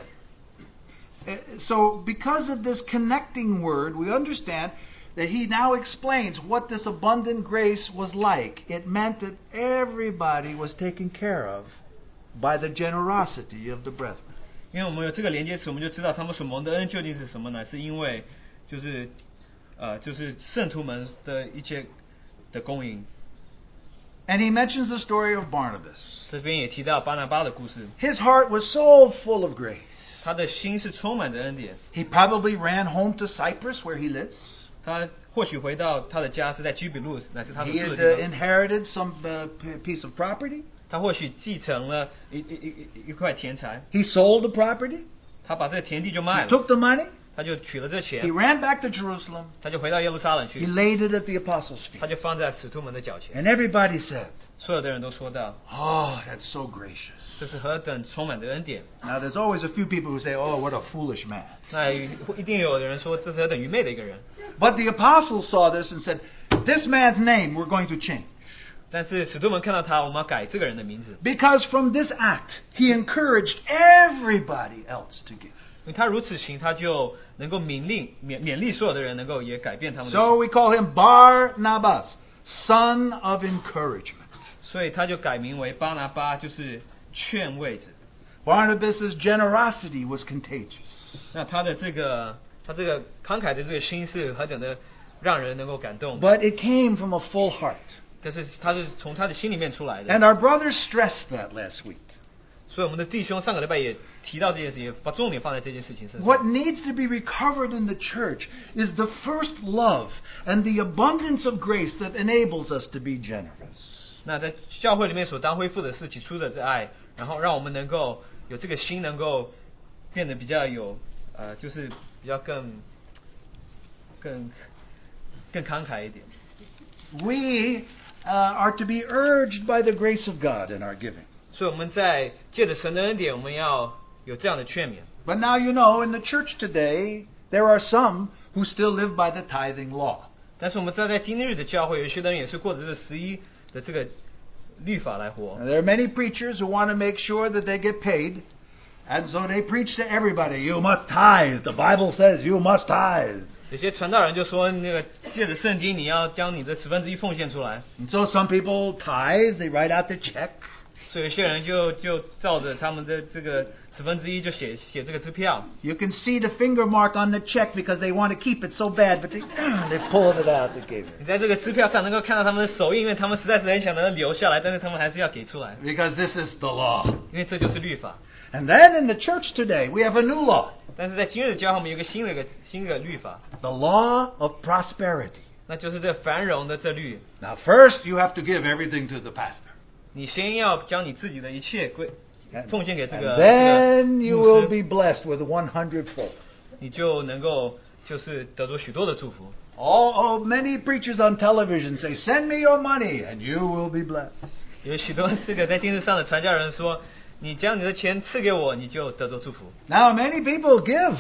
Speaker 1: Uh, So, because of this connecting word, we understand that he now explains what this abundant grace was like. It meant that everybody was taken care of by the generosity of the brethren.
Speaker 2: 因为我们有这个连接词，我们就知道他们所蒙的恩究竟是什么呢？是因为就是呃，就是圣徒们的一切的供应。
Speaker 1: And he mentions the story of Barnabas.
Speaker 2: 这边也提到巴拿巴的故事，
Speaker 1: His heart was so full of grace.
Speaker 2: 他的心是充满着恩典。
Speaker 1: He probably ran home to Cyprus where he lives.
Speaker 2: 他或许回到他的家是在居比路，乃是他所
Speaker 1: He
Speaker 2: 住
Speaker 1: had
Speaker 2: 的
Speaker 1: uh,
Speaker 2: 地方。
Speaker 1: inherited some uh, p- piece of property.
Speaker 2: 他或许继承了一一一一一块田财，
Speaker 1: He sold the property.
Speaker 2: 他把这个田地就
Speaker 1: He
Speaker 2: 卖了，
Speaker 1: took the money.
Speaker 2: 他就取了这
Speaker 1: He
Speaker 2: 钱，
Speaker 1: ran back to Jerusalem.
Speaker 2: 他就回到耶路撒冷
Speaker 1: He
Speaker 2: 去，
Speaker 1: laid it at the apostles'
Speaker 2: 他
Speaker 1: feet.
Speaker 2: 就放在使徒们的脚前。
Speaker 1: And everybody said,
Speaker 2: 所有的人都说到，
Speaker 1: Oh, that's so gracious.
Speaker 2: 这是何等充满着恩典。
Speaker 1: Now, there's always a few people who say, Oh, what a foolish man.
Speaker 2: 那一定有的人说，这是何等愚昧的一个人。
Speaker 1: But the apostles saw this and said, This man's name we're going to change.
Speaker 2: 但是使徒们看到他，我们要改这个人的名字，
Speaker 1: Because from this act, he encouraged everybody else to give.
Speaker 2: 因为他如此行，他就能够勉励勉勉励所有的人，能够也改变他们的行
Speaker 1: So we call him Barnabas, son of encouragement.
Speaker 2: 所以他就改名为巴拿巴，就是劝慰者。
Speaker 1: Barnabas' generosity was contagious.
Speaker 2: 那他的这个他这个慷慨的这个心是何等的让人能够感动的，
Speaker 1: But it came from a full heart.
Speaker 2: 但是他是从他的心里面出来的。
Speaker 1: And our brothers stressed that last week.
Speaker 2: 所以我们的弟兄上个礼拜也提到这件事情，把重点放在这件事情身
Speaker 1: What
Speaker 2: 上。
Speaker 1: needs to be recovered in the church is the first love and the abundance of grace that enables us to be generous.
Speaker 2: 那在教会里面所当恢复的是起初的这爱，然后让我们能够呃有这个心，能够变得比较有呃，就是比较更呃更更慷慨一点。
Speaker 1: We uh, are to be urged by the grace of God in our giving.
Speaker 2: 所以我们在借着神的恩典，我们要有这样的劝勉。
Speaker 1: But now you know, in the church today, there are some who still live by the tithing law.
Speaker 2: 但是我们知道，在今日的教会，有些人也是过着这十一的这个律法来活
Speaker 1: Now,。there are many preachers who want to make sure that they get paid, and so they preach to everybody, you must tithe. The Bible says you must tithe.
Speaker 2: 有些传道人就说，那个借着圣经，你要将你的十分之一奉献出来。
Speaker 1: And so some people tithe, they write out the check.
Speaker 2: 所以有些人就就照着他们的这个十分之一就写写这个支票，
Speaker 1: You can see the finger mark on the check because they want to keep it so bad, but they, they pulled it out, they gave it.
Speaker 2: 你在这个支票上能够看到他们的手印，因为他们实在是很想能够留下来，但是他们还是要给出来，
Speaker 1: Because this is the law.
Speaker 2: 因为这就是律法。
Speaker 1: And then in the church today, we have a new law
Speaker 2: 但是在今日的教会，我们有一个新的一个新的律法，
Speaker 1: the law of prosperity.
Speaker 2: 那就是这繁荣的这律，
Speaker 1: Now, first, you have to give everything to the pastor.
Speaker 2: 你先要将你自己的一切归
Speaker 1: And,
Speaker 2: 奉献给这
Speaker 1: and
Speaker 2: 个，
Speaker 1: then
Speaker 2: 这
Speaker 1: you
Speaker 2: 个
Speaker 1: will
Speaker 2: 牧师
Speaker 1: be blessed with 100 fold.
Speaker 2: 你就能够就是得着许多的祝福。
Speaker 1: Oh, oh, many preachers on television say, Send me your money and you will be blessed.
Speaker 2: 有许多这个在电视上的传教人说，你将你的钱赐给我，你就得着祝福。
Speaker 1: Now, many people give,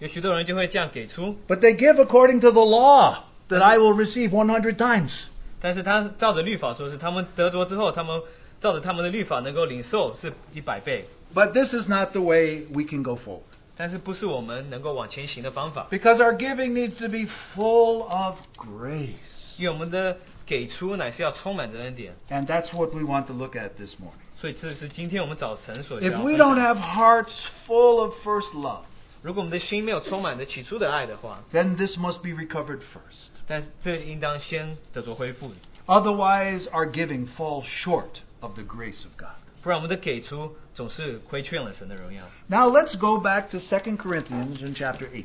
Speaker 2: 有许多人就会这样给出，
Speaker 1: but they give according to the law that I will receive 100 times.
Speaker 2: 但是他照着律法说是他们得着之后，他们照着他们的律法能够领受是一百倍，
Speaker 1: But this is not the way we can go forward.
Speaker 2: 但是不是我们能够往前行的方法，
Speaker 1: Because our giving needs to be full of grace.
Speaker 2: 因为我们的给出乃是要充满着恩典，
Speaker 1: And that's what we want to look at this morning.
Speaker 2: 所以这是今天我们早晨所需要
Speaker 1: If
Speaker 2: 分
Speaker 1: we
Speaker 2: 享
Speaker 1: don't
Speaker 2: 的。
Speaker 1: have hearts full of first love,
Speaker 2: 如果我们的心没有充满着起初的爱的话，
Speaker 1: then this must be recovered first.
Speaker 2: 但是这应当先得着恢复，
Speaker 1: Otherwise, our giving falls short of the grace of God.
Speaker 2: 不然我们的给出总是亏欠了神的荣耀。
Speaker 1: Now let's go back to 2 Corinthians in chapter 8,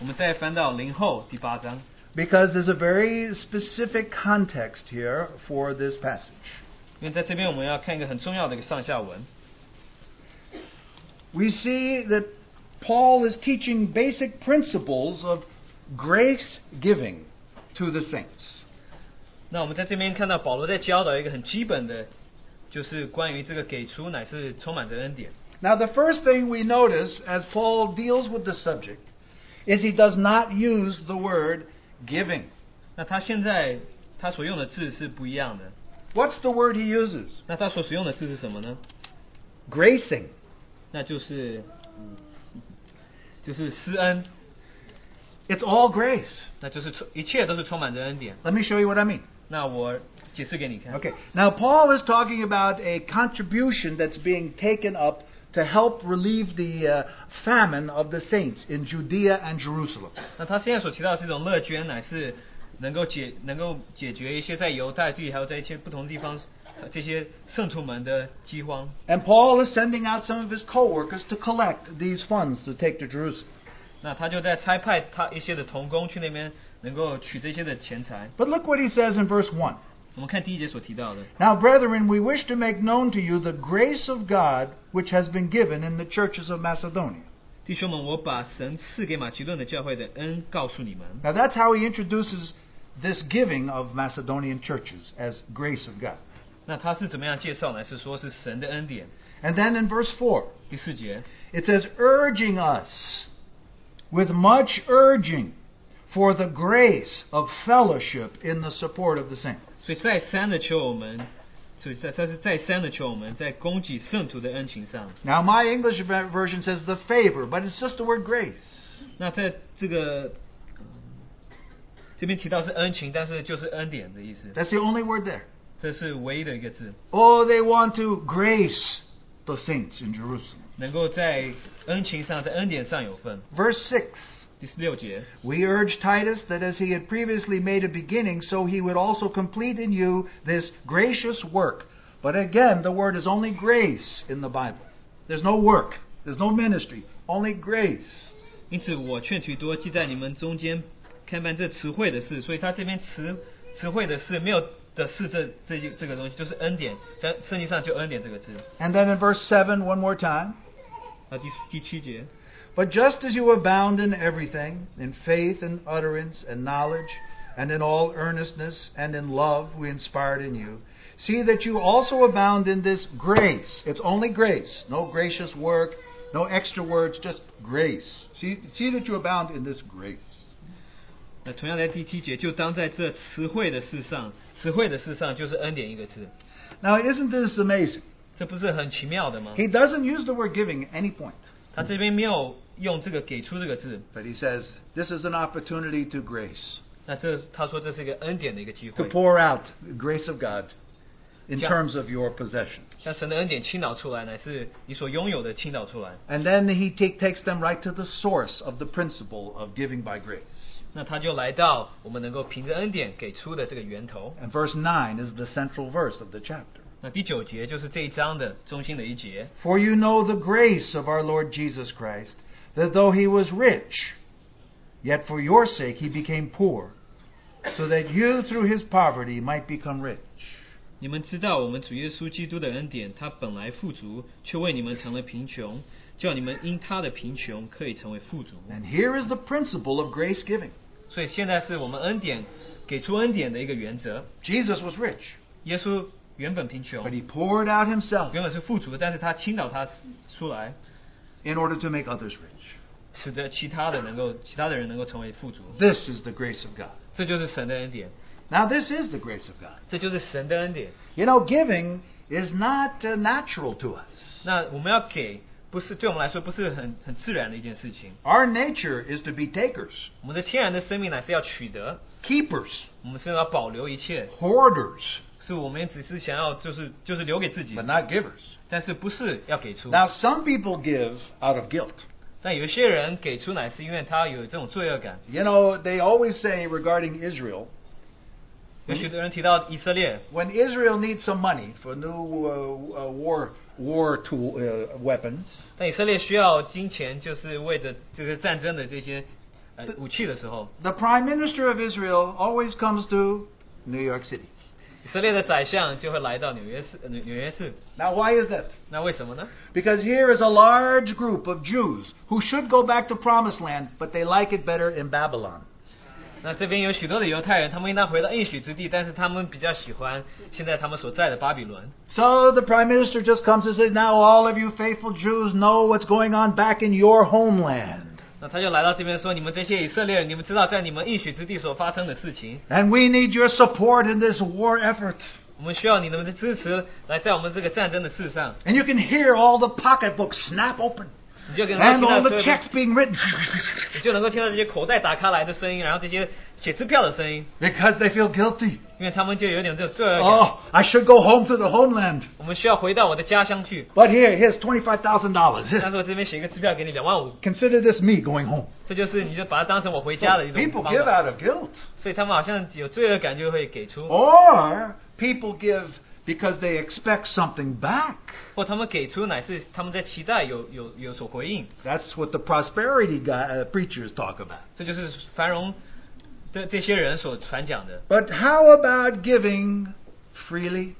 Speaker 2: 我们再翻到零后第八章，
Speaker 1: because there's a very specific context here for this passage.
Speaker 2: 因为在这边我们要看一个很重要的一个上下文。
Speaker 1: We see that Paul is teaching basic principles of grace giving to the saints.
Speaker 2: 那我们在这边看到保罗在教导一个很基本的，就是关于这个给出乃是充满着恩典。
Speaker 1: Now, the first thing we notice as Paul deals with the subject is he does not use the word giving.
Speaker 2: 那他现在他所用的字是不一样的。
Speaker 1: What's the word he uses?
Speaker 2: 那他所使用的字是什么呢？
Speaker 1: Gracing.
Speaker 2: 那就是就是施恩，
Speaker 1: It's all grace.
Speaker 2: 那就是充一切都是充满着恩典。
Speaker 1: Let me show you what I mean.
Speaker 2: 那我解释给你看。
Speaker 1: Okay. Now, Paul is talking about a contribution that's being taken up to help relieve the uh, famine of the saints in Judea and Jerusalem.
Speaker 2: 那他现在所提到的这种乐捐，乃是能够解能够解决一些在犹太地还有在一些不同地方呃这些圣徒们的饥荒。
Speaker 1: And Paul is sending out some of his co-workers to collect these funds to take to Jerusalem.
Speaker 2: 那他就在差派他一些的童工去那边，能够取这些的钱财。
Speaker 1: But look what he says in verse 1.
Speaker 2: 我们看第一节所提到的，
Speaker 1: Now, brethren, we wish to make known to you the grace of God which has been given in the churches of Macedonia.
Speaker 2: 弟兄们，我把神赐给马其顿的教会的恩告诉你们。
Speaker 1: Now, that's how he introduces this giving of Macedonian churches as grace of God.
Speaker 2: 那他是怎么样介绍呢？是说是神的恩典。
Speaker 1: And then in verse 4,
Speaker 2: 第四节，
Speaker 1: it says, urging us with much urging for the grace of fellowship in the support of the saints.
Speaker 2: 所以再三的求我们，所以再他是再三的求我们在供给圣徒的恩情上。
Speaker 1: Now, my English version says the favor, but it's just the word grace.
Speaker 2: 那在这个、嗯这边提到是恩情，但是就是恩典的意思，
Speaker 1: That's the only word there.
Speaker 2: 这是唯一的一个字，
Speaker 1: Oh, they want to grace the saints in Jerusalem.
Speaker 2: 能够在恩情上，在恩典上有份。
Speaker 1: Verse 6.
Speaker 2: 第十六节，
Speaker 1: We urge Titus that as he had previously made a beginning, so he would also complete in you this gracious work. But again, the word is only grace in the Bible. There's no work, there's no ministry, only grace.
Speaker 2: 因此我劝许多记在你们中间看办这词汇的事，所以他这边词词汇的事没有的事这这一这个东西就是恩典，在圣经上就恩典这个字。
Speaker 1: And then in verse 7, one more time.
Speaker 2: 啊，第第七节，
Speaker 1: But just as you abound in everything, in faith and utterance and knowledge, and in all earnestness and in love we inspired in you, see that you also abound in this grace. It's only grace, no gracious work, no extra words, just grace. See, see that you abound in this grace.
Speaker 2: 那同样在第七节，就当在这词汇的事上，词汇的事上就是恩典一个字，
Speaker 1: Now, isn't this amazing?
Speaker 2: 这不是很奇妙的吗？
Speaker 1: He doesn't use the word giving at any point,
Speaker 2: 他这边没有用这个“给出”这个字，
Speaker 1: but he says this is an opportunity to grace,
Speaker 2: 那这他说这是一个恩典的一个机
Speaker 1: to
Speaker 2: 会，
Speaker 1: pour out the grace of God in
Speaker 2: Yeah.
Speaker 1: terms of your possessions.
Speaker 2: 将神的恩典倾倒出来，乃是你所拥有的倾倒出来。
Speaker 1: And then he ta- takes them right to the source of the principle of giving by grace.
Speaker 2: 那他就来到我们能够凭着恩典给出的这个源头。
Speaker 1: And verse 9 is the central verse of the chapter.
Speaker 2: 那第九节就是这一章的中心的一节。
Speaker 1: For you know the grace of our Lord Jesus Christ, that though he was rich, yet for your sake he became poor, so that you through his poverty might become rich.
Speaker 2: 你们知道，我们主耶稣基督的恩典，他本来富足，却为你们成了贫穷，叫你们因他的贫穷可以成为富足。
Speaker 1: And here is the principle of grace giving.
Speaker 2: 所以现在是我们恩典给出恩典的一个原则。
Speaker 1: Jesus was rich,
Speaker 2: 耶稣原本贫穷
Speaker 1: but，he poured out himself
Speaker 2: 原本是富足，但是他倾倒他出来，
Speaker 1: in order to make others rich.
Speaker 2: 使得其他的能够，其他的人能够成为富足。
Speaker 1: This is the grace of God.
Speaker 2: 这就是神的恩典，
Speaker 1: Now, this is the grace of God.
Speaker 2: 这就是神的恩典。
Speaker 1: You know, giving is not uh, natural to us.
Speaker 2: 那我们要给，不是对我们来说不是很很自然的一件事情。
Speaker 1: Our nature is to be takers,
Speaker 2: 我们的天然的生命乃是要取得，
Speaker 1: keepers,
Speaker 2: 我们是要保留一切，
Speaker 1: hoarders,
Speaker 2: 是我们只是想要就是就是留给自己
Speaker 1: but，not givers.
Speaker 2: 但是不是要给出。
Speaker 1: Now, some people give out of guilt.
Speaker 2: 但有一些人给出乃是因为他有这种罪恶感。
Speaker 1: You know, they always say regarding Israel,
Speaker 2: 有许多人提到以色列，
Speaker 1: when Israel needs some money for new uh, uh, war war tool uh, weapons,
Speaker 2: 但以色列需要金钱，就是为着这个战争的这些呃武器的时候，
Speaker 1: the prime minister of Israel always comes to New York City.
Speaker 2: 以色列的宰相就会来到纽约市，呃纽纽约市。
Speaker 1: Now, why is that?
Speaker 2: 那为什么呢？
Speaker 1: Because here is a large group of Jews who should go back to Promised Land, but they like it better in Babylon.
Speaker 2: 那这边有许多的犹太人，他们应当回到应许之地，但是他们比较喜欢现在他们所在的巴比伦。
Speaker 1: So the prime minister just comes and says, Now all of you faithful Jews know what's going on back in your homeland.
Speaker 2: 那他就来到这边说：“你们这些以色列人，你们知道在你们应许之地所发生的事情，
Speaker 1: And we need your support in this war effort.
Speaker 2: 我们需要你们的支持，来在我们这个战争的事上。
Speaker 1: And you can hear all the pocketbooks snap open.
Speaker 2: 你就跟他
Speaker 1: and
Speaker 2: 听到
Speaker 1: all
Speaker 2: 所
Speaker 1: the
Speaker 2: 有的
Speaker 1: checks being written
Speaker 2: 你就能够听到这些口袋打开来的声音，然后这些写支票的声音，
Speaker 1: because they feel guilty.
Speaker 2: 因为他们就有点这种罪恶感。
Speaker 1: Oh, I should go home to the homeland.
Speaker 2: 我们需要回到我的家乡去。
Speaker 1: But here, here's twenty-five thousand dollars.
Speaker 2: 但是我这边写一个支票给你两万五，
Speaker 1: Consider this me going home.
Speaker 2: 这就是你就把它当成我回
Speaker 1: So
Speaker 2: 家的一种
Speaker 1: people
Speaker 2: 方
Speaker 1: give
Speaker 2: 法。
Speaker 1: out of guilt,
Speaker 2: 所以他们好像有罪恶感就会给出，
Speaker 1: or people give because they expect something back.
Speaker 2: 或他们给出乃是他们在期待有有有所回应。
Speaker 1: That's what the prosperity guy, uh, preachers talk about.
Speaker 2: 这就是繁荣的这些人所传讲的。
Speaker 1: But how about giving freely,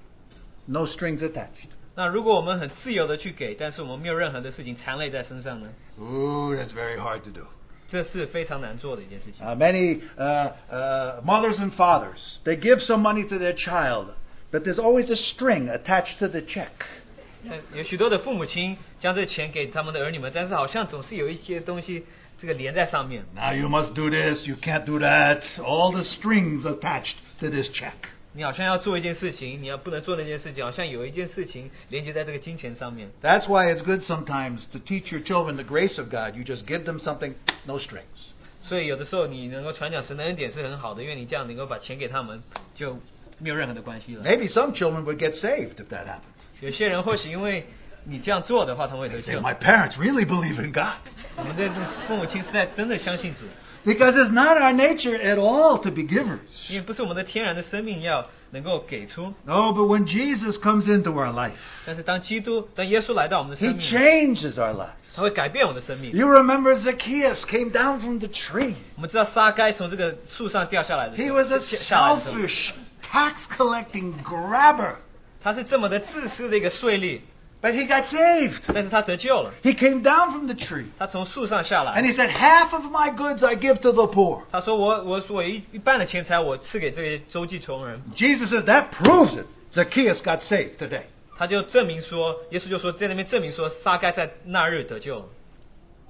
Speaker 1: no strings attached?
Speaker 2: 那如果我们很自由的去给，但是我们没有任何的事情缠累在身上呢？
Speaker 1: Ooh, that's very hard to do.
Speaker 2: 这是非常难做的一件事情。
Speaker 1: Uh, many uh, uh, mothers and fathers they give some money to their child, but there's always a string attached to the check.
Speaker 2: 但有许多的父母亲将这钱给他们的儿女们，但是好像总是有一些东西这个连在上面。
Speaker 1: Now you must do this. You can't do that. All the strings attached to this check.
Speaker 2: 你好像要做一件事情，你要不能做那件事情，好像有一件事情连接在这个金钱上面。
Speaker 1: That's why it's good sometimes to teach your children the grace of God. You just give them something, no strings.
Speaker 2: 所以有的时候你能够传讲神的恩典是很好的，因为你这样能够把钱给他们，就没有任何的关系了。
Speaker 1: Maybe some children would get saved if that happened.
Speaker 2: 哎有些人或许因为你这样做的话，他们会得
Speaker 1: They say,
Speaker 2: 救。
Speaker 1: My parents really believe in God.
Speaker 2: 我们的父母亲是在真的相信主，
Speaker 1: Because it's not our nature at all to be givers.
Speaker 2: 因为不是我们的天然的生命要能够给出，
Speaker 1: No, but when Jesus comes into our life,
Speaker 2: 但是当基督、当耶稣来到我们的
Speaker 1: He
Speaker 2: 生命，
Speaker 1: changes our lives.
Speaker 2: 他会改变我们的生命。
Speaker 1: You remember Zacchaeus came down from the tree.
Speaker 2: 我们知道撒该从这个树上掉下来的时
Speaker 1: He
Speaker 2: 候
Speaker 1: was a
Speaker 2: 下下来的时候，
Speaker 1: selfish, tax collecting grabber.
Speaker 2: 他是这么的自私的一个税吏，
Speaker 1: But he got saved.
Speaker 2: 但是他得救了，
Speaker 1: He came down from the tree.
Speaker 2: 他从树上下来
Speaker 1: And。he said, Half of my goods I give to the poor.
Speaker 2: 他说我我我一一半的钱财我赐给这些周济穷人，
Speaker 1: Jesus said, That proves it. Zacchaeus got saved today.
Speaker 2: 他就证明说，耶稣就说在那边证明说撒该在那日得救了，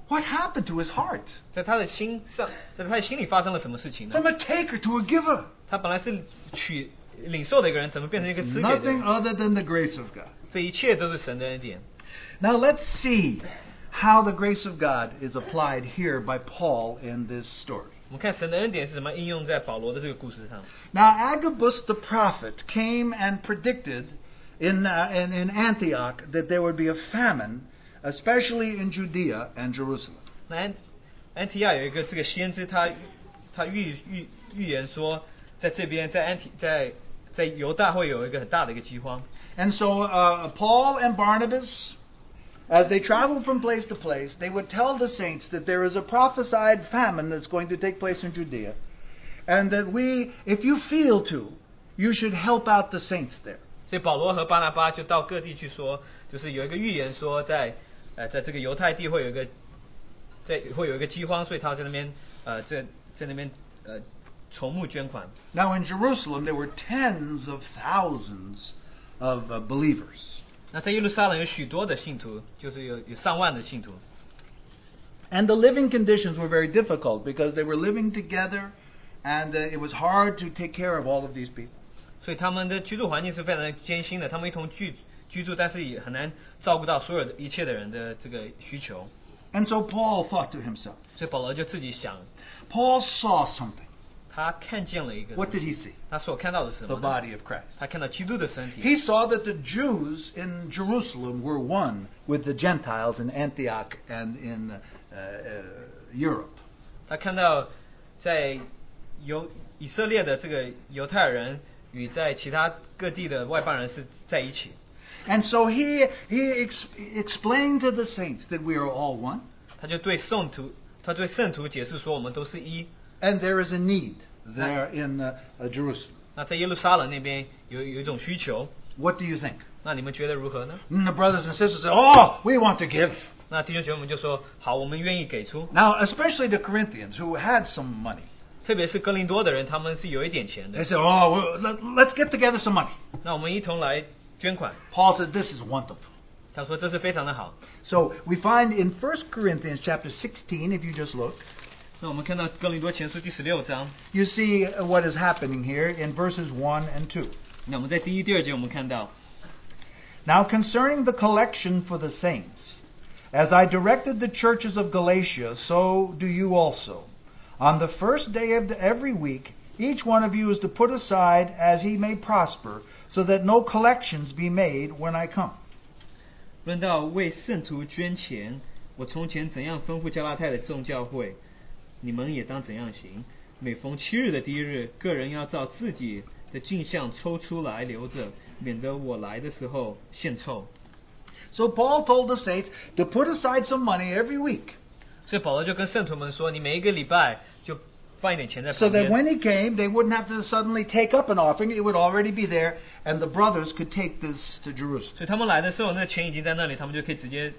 Speaker 1: What happened to his heart?
Speaker 2: 在他的心上，在他的心里发生了什么事情呢
Speaker 1: From？a taker to a giver.
Speaker 2: 他本来是取领受的一个人，怎么变成一个吃给的
Speaker 1: Nothing
Speaker 2: 人？
Speaker 1: other than the grace of God.
Speaker 2: 这一切都是神的恩典。
Speaker 1: Now let's see how the grace of God is applied here by Paul in this story.
Speaker 2: 我们看神的恩典是怎么应用在保罗的这个故事上。
Speaker 1: Now Agabus the prophet came and predicted in, uh, in, in Antioch that there would be a famine, especially in Judea and Jerusalem.
Speaker 2: 那安安提亚有一个这个先知他，他预预预言说，在这边在安提在在犹大会有一个很大的一个饥荒。
Speaker 1: And so uh, Paul and Barnabas, as they traveled from place to place, they would tell the saints that there is a prophesied famine that's going to take place in Judea, and that we, if you feel to, you should help out the saints there.
Speaker 2: 所以保罗和巴拿巴就到各地去说，就是有一个预言说在，呃，在这个犹太地会有一个，在会有一个饥荒，所以他在那边呃，在在那边呃，筹募捐款。
Speaker 1: Now in Jerusalem, there were tens of thousands of uh, believers.
Speaker 2: 那在耶路撒冷有许多的信徒，就是有有上万的信徒，
Speaker 1: And the living conditions were very difficult because they were living together and uh, it was hard to take care of all of these people.
Speaker 2: 所以他们的居住环境是非常艰辛的。他们一同居居住，但是也很难照顾到所有的一切的人的这个需求。
Speaker 1: And so Paul thought to himself,
Speaker 2: 所以保罗就自己想，
Speaker 1: Paul saw something.
Speaker 2: 他看见了一个
Speaker 1: What did he see?
Speaker 2: 他所看到的是什
Speaker 1: The
Speaker 2: 么呢？
Speaker 1: body of Christ.
Speaker 2: 他看到基督的身体。
Speaker 1: He saw that the Jews in Jerusalem were one with the Gentiles in Antioch and in uh, uh, Europe.
Speaker 2: 他看到在犹以色列的这个犹太人与在其他各地的外邦人是在一起，
Speaker 1: And so he, he ex- explained to the saints that we are all one
Speaker 2: 他就对圣徒，他对圣徒解释说，我们都是一。
Speaker 1: and there is a need there in uh, uh, Jerusalem.
Speaker 2: 那在耶路撒冷那边有有一种需求，
Speaker 1: What do you think?
Speaker 2: 那你们觉得如何呢？
Speaker 1: And the brothers and sisters said, Oh, we want to give.
Speaker 2: 那弟兄姐妹们就说，好，我们愿意给出。
Speaker 1: Now, especially the Corinthians who had some money.
Speaker 2: 特别是哥林多的人，他们是有一点钱
Speaker 1: They
Speaker 2: 的，
Speaker 1: said, Oh, well, let, let's get together some money.
Speaker 2: 那我们一同来捐款。
Speaker 1: Paul said, This is wonderful.
Speaker 2: 他说这是非常的好。
Speaker 1: So we find in 1 Corinthians chapter 16, if you just look,
Speaker 2: 那我们看到哥林多前书第十六章，
Speaker 1: you see uh, what is happening here in verses 1 and 2.
Speaker 2: 那我们在第一、第二节我们看到，
Speaker 1: Now, concerning the collection for the saints, As I directed the churches of Galatia, so do you also. On the first day of the- every week, each one of you is to put aside as he may prosper, so that no collections be made when I come.
Speaker 2: 论到为圣徒捐钱，我从前怎样吩咐加拉太的众教会，你们也当怎样行。每逢七日的第一日，个人要照自己的镜像抽出来留着，免得我来的时候献臭。
Speaker 1: So Paul told the saints to put aside some money every week,
Speaker 2: 所以保罗就跟圣徒们说：“你每一个礼拜就放一点钱在
Speaker 1: so
Speaker 2: 旁
Speaker 1: that
Speaker 2: 边，
Speaker 1: when he came, they wouldn't have to suddenly take up an offering; it would already be there, and the brothers could take this to Jerusalem.
Speaker 2: 所以他们来的时候，那钱已经在那里，他们就可以直接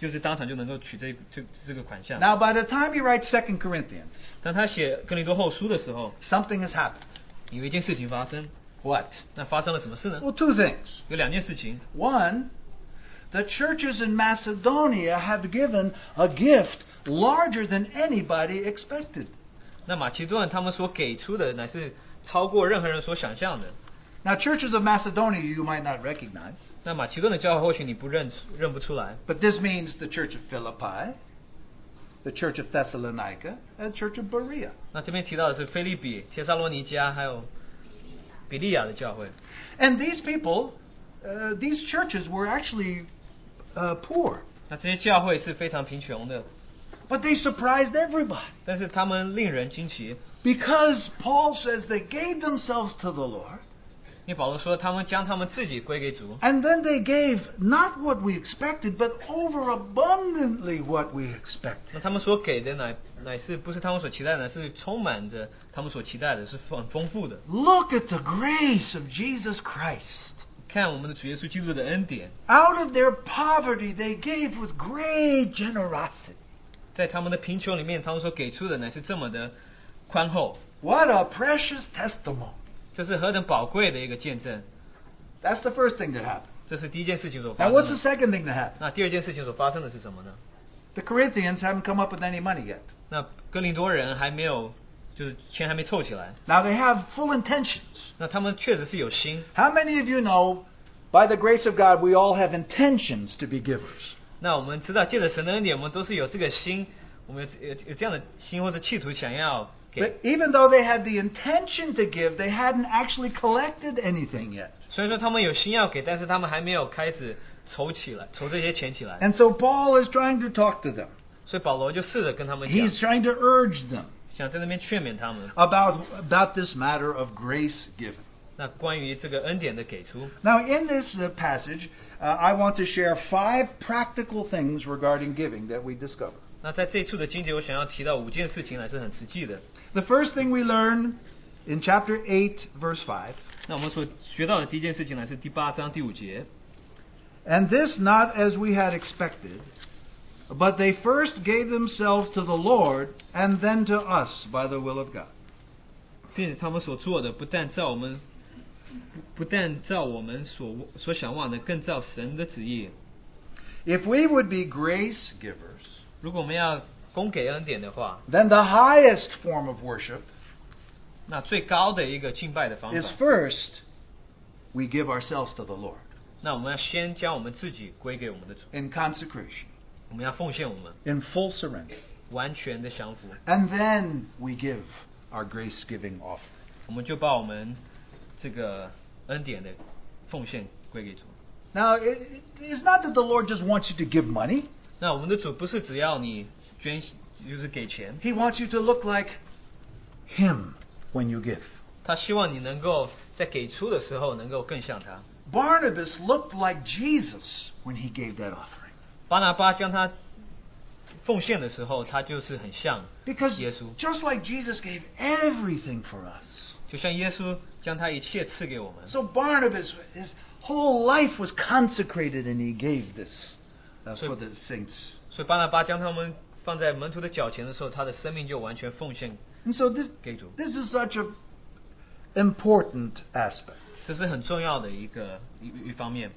Speaker 2: 就是当场就能够取这这这个款项。
Speaker 1: Now, by the time he writes Second Corinthians,
Speaker 2: 当他写哥林多后书的时候，
Speaker 1: something has happened.
Speaker 2: 有一件事情发生，
Speaker 1: What?
Speaker 2: 那发生了什么事呢？
Speaker 1: Well, two things.
Speaker 2: 有两件事情。
Speaker 1: One, the churches in Macedonia have given a gift larger than anybody expected.
Speaker 2: 那马其顿他们所给出的乃是超过任何人所想象的。
Speaker 1: Now, churches of Macedonia you might not recognize,
Speaker 2: 那马其顿的教会或许你不认出认不出来，
Speaker 1: but this means the church of Philippi, the church of Thessalonica, and the church of Berea.
Speaker 2: 那这边提到的是菲利比、帖撒罗尼迦还有比利亚的教会。
Speaker 1: And these people, uh, these churches were actually uh, poor,
Speaker 2: 那这些教会是非常贫穷的，
Speaker 1: but they surprised everybody
Speaker 2: 但是他们令人惊奇。
Speaker 1: because Paul says they gave themselves to the Lord.
Speaker 2: 因为保罗说他们将他们自己归给主，
Speaker 1: And then they gave not what we expected, but overabundantly what we expected.
Speaker 2: 那他们所给的乃乃是不是他们所期待的，是充满着他们所期待的，是很丰富的。
Speaker 1: Look at the grace of Jesus Christ.
Speaker 2: 看我们的主耶稣基督的恩典，
Speaker 1: Out of their poverty, they gave with great generosity.
Speaker 2: 在他们的贫穷里面，他们所给出的乃是这么的宽厚。
Speaker 1: What a precious testimony.
Speaker 2: 这是何等宝贵的一个见证！
Speaker 1: That's the first thing that happened.
Speaker 2: 这是第一件事情所发
Speaker 1: Now,
Speaker 2: 生
Speaker 1: what's the
Speaker 2: 的。
Speaker 1: second thing that happened?
Speaker 2: 那第二件事情所发生的是什么呢？
Speaker 1: The Corinthians haven't come up with any money yet.
Speaker 2: 那哥林多人还没有，就是钱还没凑起来。
Speaker 1: Now, they have full intentions.
Speaker 2: 那他们确实是有心。
Speaker 1: How many of you know, by the grace of God, we all have intentions to be givers?
Speaker 2: 那我们知道，借着神的恩典，我们都是有这个心，我们有有有这样的心或者企图想要给
Speaker 1: But。even though they had the intention to give, they hadn't actually collected anything yet.
Speaker 2: 虽然说他们有心要给，但是他们还没有开始筹起来，筹这些钱起来。
Speaker 1: And so Paul is trying to talk to them.
Speaker 2: 所以保罗就试着跟他们讲
Speaker 1: He's，trying to urge them
Speaker 2: 想在那边劝勉他们。
Speaker 1: about, about this matter of grace given.
Speaker 2: 那关于这个恩典的给出，
Speaker 1: Now, in this uh, passage, uh, I want to share five practical things regarding giving that we discover.
Speaker 2: 那在这一处的经节，我想要提到五件事情，还是很实际的。
Speaker 1: The first thing we learn in chapter 8, verse 5,
Speaker 2: 那我们所学到的第一件事情呢，是第八章第五节。
Speaker 1: and this not as we had expected, but they first gave themselves to the Lord and then to us by the will of God.
Speaker 2: 并且他们所做的，不但照我们，不不但照我们所所想望的，更照神的旨意。
Speaker 1: If we would be grace givers,
Speaker 2: 如果我们要供给恩典的话，
Speaker 1: then the highest form of worship
Speaker 2: 那最高的一个敬拜的方
Speaker 1: is
Speaker 2: 法，
Speaker 1: first we give ourselves to the Lord
Speaker 2: 那我们要先将我们自己归给我们的主，
Speaker 1: in consecration,
Speaker 2: 我们要奉献我们，
Speaker 1: in full surrender.
Speaker 2: 完全的降服，
Speaker 1: And then we give our grace giving offering.
Speaker 2: 我们就把我们这个恩典的奉献归给主。
Speaker 1: Now, it, it- it's not that the Lord just wants you to give money,
Speaker 2: 那我们的主不是只要你捐，就是给钱，
Speaker 1: He wants you to look like Him when you give.
Speaker 2: 他希望你能够在给出的时候能够更像他。
Speaker 1: Barnabas looked like Jesus when he gave that offering
Speaker 2: 巴拿巴将他奉献的时候，他就是很像，
Speaker 1: because
Speaker 2: Yes, sir.
Speaker 1: just like Jesus gave everything for us.
Speaker 2: 就像耶稣将他一切赐给我们。
Speaker 1: So Barnabas, his whole life was consecrated, and he gave this uh,
Speaker 2: So-
Speaker 1: for the saints.
Speaker 2: 所以巴拿巴将他们放在门徒的脚前的时候，他的生命就完全奉献
Speaker 1: And so this
Speaker 2: 给主，
Speaker 1: this is such a important aspect.
Speaker 2: 这是很重要的一个一一方面。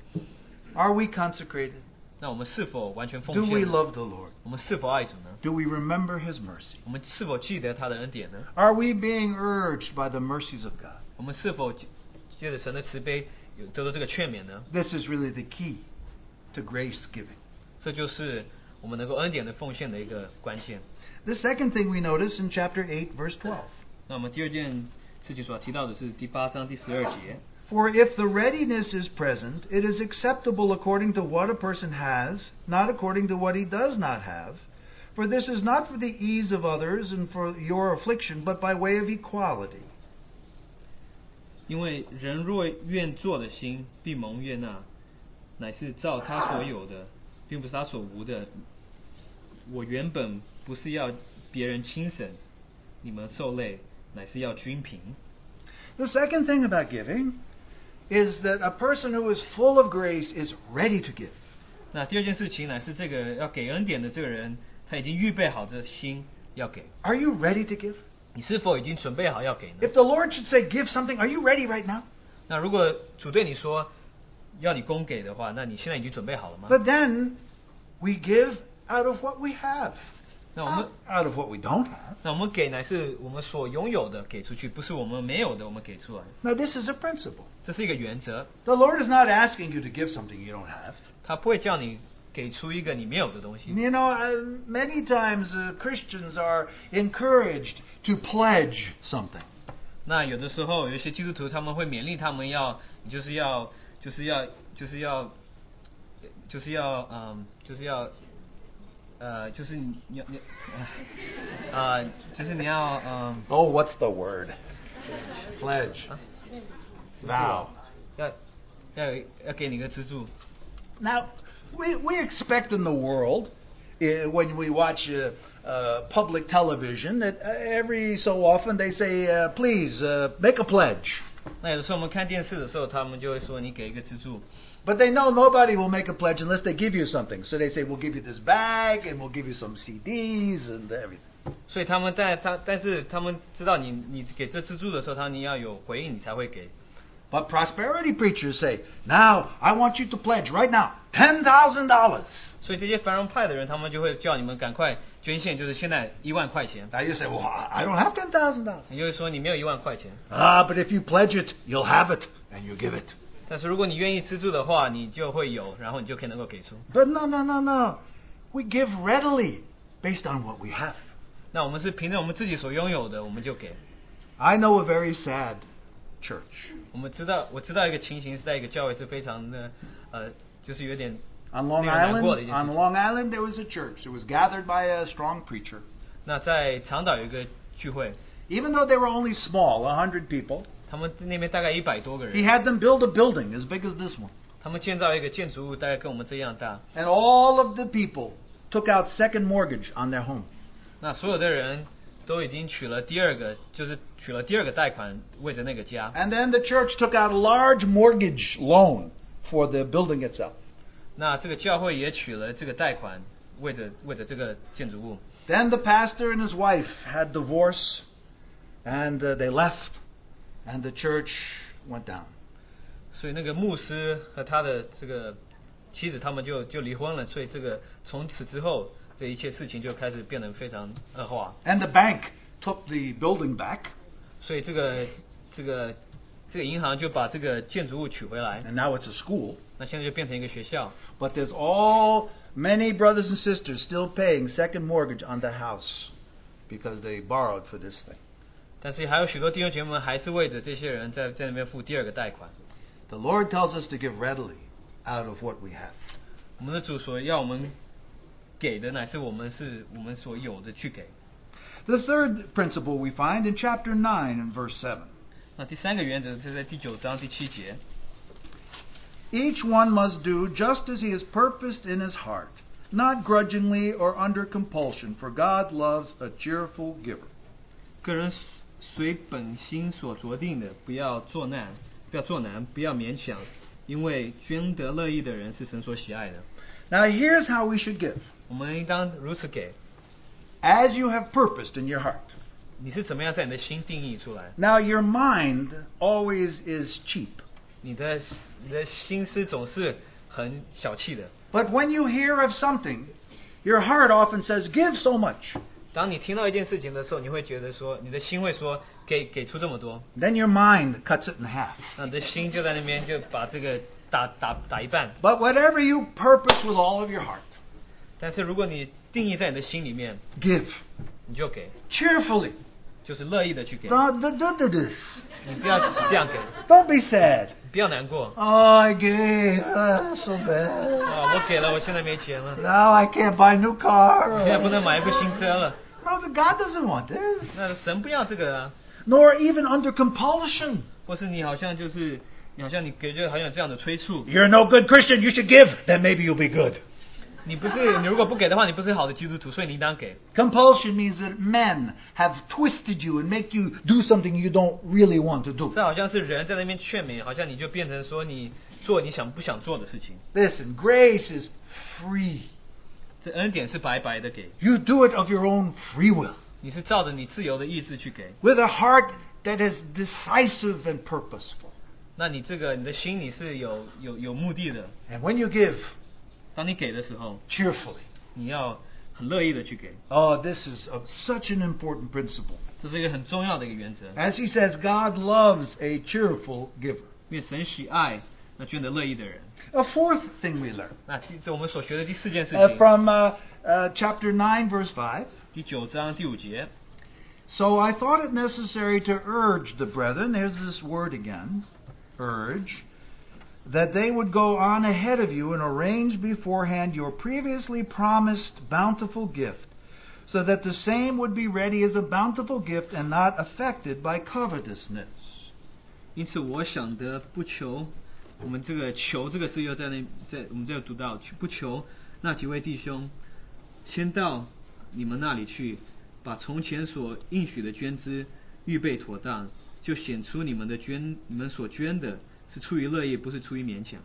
Speaker 1: Are we consecrated?
Speaker 2: 那我们是否完全奉
Speaker 1: Do
Speaker 2: 献
Speaker 1: we
Speaker 2: 呢？
Speaker 1: love the Lord?
Speaker 2: 我们是否爱主呢？
Speaker 1: Do we remember His mercy?
Speaker 2: 我们是否记得他的恩典呢？
Speaker 1: Are we being urged by the mercies of God?
Speaker 2: 我们是否借着神的慈悲有得到这个劝勉呢？
Speaker 1: This is really the key to grace giving.
Speaker 2: 这就是我们能够恩典的奉献的一个关键。
Speaker 1: The second thing we notice in chapter 8, verse 12.
Speaker 2: 那我们第二件事情所提到的是第八章第十二节。
Speaker 1: For if the readiness is present, it is acceptable according to what a person has, not according to what he does not have. For this is not for the ease of others and for your affliction, but by way of equality.
Speaker 2: 因为人若愿做的心，必蒙悦纳，乃是照他所有的，并不是他所无的。我原本不是要别人轻省，你们受累，乃是要均平。
Speaker 1: The second thing about giving is that a person who is full of grace is ready to give.
Speaker 2: 那第二件事情乃是这个要给恩典的这个人，他已经预备好这心要给。
Speaker 1: Are you ready to give?
Speaker 2: 你是否已经准备好要给呢
Speaker 1: If？the Lord should say, give something, are you ready right now?
Speaker 2: 那如果主对你说要你供给的话，那你现在已经准备好了吗？
Speaker 1: But then we give out of what we have,
Speaker 2: 那我们
Speaker 1: not out of what we don't have.
Speaker 2: 那我们给乃是我们所拥有的给出去，不是我们没有的我们给出来。
Speaker 1: Now, this is a principle.
Speaker 2: 这是一个原则，
Speaker 1: The Lord is not asking you to give something you don't have.
Speaker 2: 他不会叫你给出一个你没有的东西。
Speaker 1: You know, uh, many times uh, Christians are encouraged to pledge something.
Speaker 2: 那有的时候有一些基督徒他们会勉励他们要，就是要，就是要，就是要，就是要，嗯，就是要，呃，就是你你要，你要呃，就是你要，嗯，
Speaker 1: Oh, what's the word? Pledge. Vow.
Speaker 2: 要要有要给你一个资助。
Speaker 1: Now, we, we expect in the world, uh, when we watch uh, uh, public television, that uh, every so often they say, uh, please, uh, make a pledge.
Speaker 2: 那有的时候我们看电视的时候，他们就会说你给一个资助，
Speaker 1: But they know nobody will make a pledge unless they give you something. So they say, we'll give you this bag, and we'll give you some CDs, and everything.
Speaker 2: 所以他们在他，但是他们知道你你给这资助的时候，他你要有回应，你才会给。
Speaker 1: But prosperity preachers say, now I want you to pledge right now $10,000.
Speaker 2: 所以这些繁荣派的人，他们就会叫你们赶快捐献，就是现在一万块钱。
Speaker 1: Now you say, well, I I don't have $10,000.
Speaker 2: 也就是说，你没有一万块钱，
Speaker 1: Ah, but if you pledge it, you'll have it, and you give it.
Speaker 2: 但是如果你愿意资助的话，你就会有，然后你就可以能够给出。
Speaker 1: But no, no, no, no. We give readily based on what we have.
Speaker 2: 那我们是凭着我们自己所拥有的，我们就给。
Speaker 1: I know a very sad church.
Speaker 2: 我们知道，我知道一个情形是在一个教会是非常的，呃，就是有点
Speaker 1: On Long
Speaker 2: Yeah, I quote it,
Speaker 1: Island,
Speaker 2: it's-
Speaker 1: on Long Island, there was a church. It was gathered by a strong preacher.
Speaker 2: 那在长岛有一个聚会，
Speaker 1: Even though they were only small, a hundred people,
Speaker 2: 他们那边大概一百多个
Speaker 1: he
Speaker 2: 人，
Speaker 1: had them build a building as big as this one.
Speaker 2: 他们建造一个建筑物，大概跟我们这样大。
Speaker 1: And all of the people took out second mortgage on their home.
Speaker 2: 那所有的人都已经取了第二个，就是取了第二个贷款，为着那个家。
Speaker 1: And then the church took out a large mortgage loan for the building itself.
Speaker 2: 那这个教会也取了这个贷款，为着为着这个建筑物。
Speaker 1: Then the pastor and his wife had divorce, and uh, they left, and the church went down.
Speaker 2: 所以那个牧师和他的这个妻子，他们就就离婚了。所以这个从此之后，这一切事情就开始变得非常恶化。
Speaker 1: And the bank took the building back,
Speaker 2: 所以这个这个这个银行就把这个建筑物取回来，
Speaker 1: and now it's a school.
Speaker 2: 那现在就变成一个学校。
Speaker 1: But there's all many brothers and sisters still paying second mortgage on the house because they borrowed for this thing.
Speaker 2: 但是还有许多弟兄姐妹们还是为着这些人在在那边付第二个贷款。
Speaker 1: The Lord tells us to give readily out of what we have.
Speaker 2: 我们的主所要我们给的乃是我们是我们所有的去给。
Speaker 1: The third principle we find in chapter 9 and verse 7.
Speaker 2: 那第三个原则是在第九章第七节，
Speaker 1: Each one must do just as he has purposed in his heart, not grudgingly or under compulsion, for God loves a cheerful giver.
Speaker 2: 个人随本心所酌定的，不要作难，不要作难，不要勉强，因为捐得乐意的人是神所喜爱的。
Speaker 1: Now, here's how we should give
Speaker 2: 我们应当如此给。
Speaker 1: as you have purposed in your heart.
Speaker 2: 你是怎么样在你的心定义出来？
Speaker 1: Now, your mind always is cheap.
Speaker 2: 你的你的心思总是很小气的。
Speaker 1: But when you hear of something, your heart often says, Give so much.
Speaker 2: 当你听到一件事情的时候，你会觉得说，你的心会说，给给出这么多，
Speaker 1: Then your mind cuts it in half.
Speaker 2: 那你的心就在那边就把这个打打打一半。
Speaker 1: But whatever you purpose with all of your heart,
Speaker 2: 但是如果你定义在你的心里面，
Speaker 1: Give
Speaker 2: 你就给，
Speaker 1: cheerfully.
Speaker 2: 就是乐意的去给，
Speaker 1: Don't, don't, don't do this.
Speaker 2: 你不要这样给，
Speaker 1: Don't be sad.
Speaker 2: 不要难过
Speaker 1: Oh, I gave uh, so bad.
Speaker 2: 啊！我给了，我现在没钱了，
Speaker 1: Now I can't buy a new
Speaker 2: 我
Speaker 1: car.
Speaker 2: 现在不能买一部新车了。
Speaker 1: No, the God doesn't want this.
Speaker 2: 那神不要这个啊，
Speaker 1: Nor even under compulsion.
Speaker 2: 或是你好像就是，你好像你给就好像有这样的催促，
Speaker 1: You're no good Christian. You should give. Then maybe you'll be good.
Speaker 2: 你不是你如果不给的话，你不是好的基督徒，所以你应当给。
Speaker 1: Compulsion means that men have twisted you and make you do something you don't really want to do.
Speaker 2: 这好像是人在那边劝勉，好像你就变成说你做你想不想做的事情。
Speaker 1: Listen, grace is free.
Speaker 2: 这恩典是白白的给，
Speaker 1: You do it of your own free will,
Speaker 2: 你是照着你自由的意志去给。
Speaker 1: with a heart that is decisive and purposeful.
Speaker 2: 那你这个你的心你是有有有目的的。
Speaker 1: And when you give
Speaker 2: 当你给的时候，
Speaker 1: cheerfully,
Speaker 2: 你要很乐意的去给，
Speaker 1: oh, this is a, such an important principle.
Speaker 2: 这是一个很重要的一个原则。
Speaker 1: As he says, God loves a cheerful giver.
Speaker 2: 因为神喜爱那捐得乐意的人。
Speaker 1: A fourth thing we learn
Speaker 2: 那第这我们所学的第四件事
Speaker 1: uh,
Speaker 2: 情，
Speaker 1: from uh, uh, chapter 9, verse 5.
Speaker 2: 第九章第五节。
Speaker 1: So I thought it necessary to urge the brethren, there's this word again, urge, that they would go on ahead of you and arrange beforehand your previously promised bountiful gift, so that the same would be ready as a bountiful gift and not affected by covetousness.
Speaker 2: 因此，我想的不求，我们这个“求”这个字又在那，在我们这儿读到，不求那几位弟兄，先到你们那里去，把从前所应许的捐资预备妥当，就显出你们的捐，你们所捐的是出于乐意，不是出于勉强。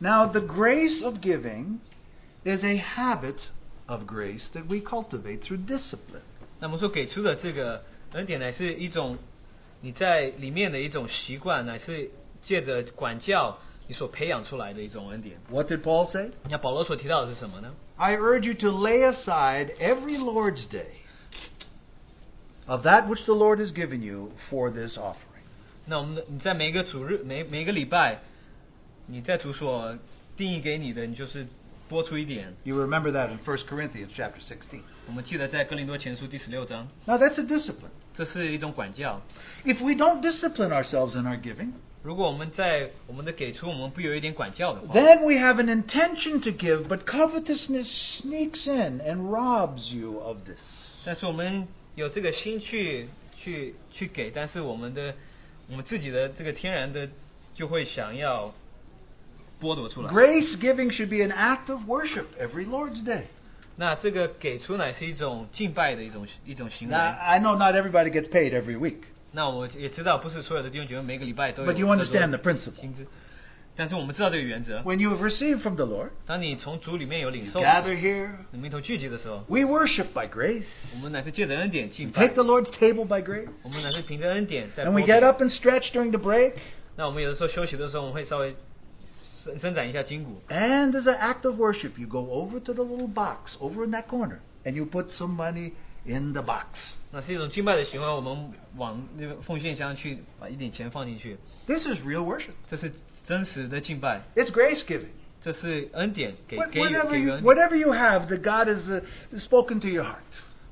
Speaker 1: Now, the grace of giving is a habit of grace that we cultivate through discipline.
Speaker 2: 那么说，给出的这个恩典乃是一种你在里面的一种习惯，乃是借着管教你所培养出来的一种恩典。
Speaker 1: What did Paul say?
Speaker 2: 那保罗所提到的是什么呢？
Speaker 1: I urge you to lay aside every Lord's day of that which the Lord has given you for this offering.
Speaker 2: 那我们的你在每一个主日每每一个礼拜，你在主所定义给你的，你就是播出一点。
Speaker 1: You remember that in 1 Corinthians chapter 16.
Speaker 2: 我们记得在哥林多前书第十六章，
Speaker 1: Now that's a discipline.
Speaker 2: 这是一种管教。
Speaker 1: If we don't discipline ourselves in our giving,
Speaker 2: 如果我们在我们的给出，我们不有一点管教的话，
Speaker 1: then we have an intention to give, but covetousness sneaks in and robs you of this.
Speaker 2: 但是我们有这个心去去去给，但是我们的我们自己的这个天然的就会想要剥夺出来。
Speaker 1: Grace giving should be an act of worship every Lord's day.
Speaker 2: 那这个给出乃是一种敬拜的一种一种行为
Speaker 1: Now,。I know not everybody gets paid every week,
Speaker 2: 那我也知道，不是所有的弟兄姐妹每个礼拜都有
Speaker 1: but you
Speaker 2: 这种
Speaker 1: understand the principle.
Speaker 2: 薪资。但是我们知道这个原则，
Speaker 1: When you have received from the Lord,
Speaker 2: 当你从主里面有领
Speaker 1: you
Speaker 2: 受，
Speaker 1: gather here,
Speaker 2: 你们一头聚集的时候，
Speaker 1: We worship by grace.
Speaker 2: 我们乃是借着恩典敬
Speaker 1: We
Speaker 2: 拜
Speaker 1: take，the Lord's table by grace.
Speaker 2: 我们乃是凭着恩典在
Speaker 1: And
Speaker 2: 波
Speaker 1: we
Speaker 2: 比。
Speaker 1: get up and stretch during the break.
Speaker 2: 那我们有的时候休息的时候，我们会稍微伸伸展一下筋骨。
Speaker 1: And as an act of worship, you go over to the little box over in that corner and you put some money in the box.
Speaker 2: 那是一种敬拜的行为，我们往那个奉献箱去把一点钱放进去，
Speaker 1: This is real worship.
Speaker 2: 这是真实的敬拜，
Speaker 1: It's grace giving.
Speaker 2: 这是恩典给
Speaker 1: What-
Speaker 2: 给予给
Speaker 1: whatever,
Speaker 2: 予
Speaker 1: you,
Speaker 2: 恩典。
Speaker 1: whatever you have that God has uh, spoken to your heart,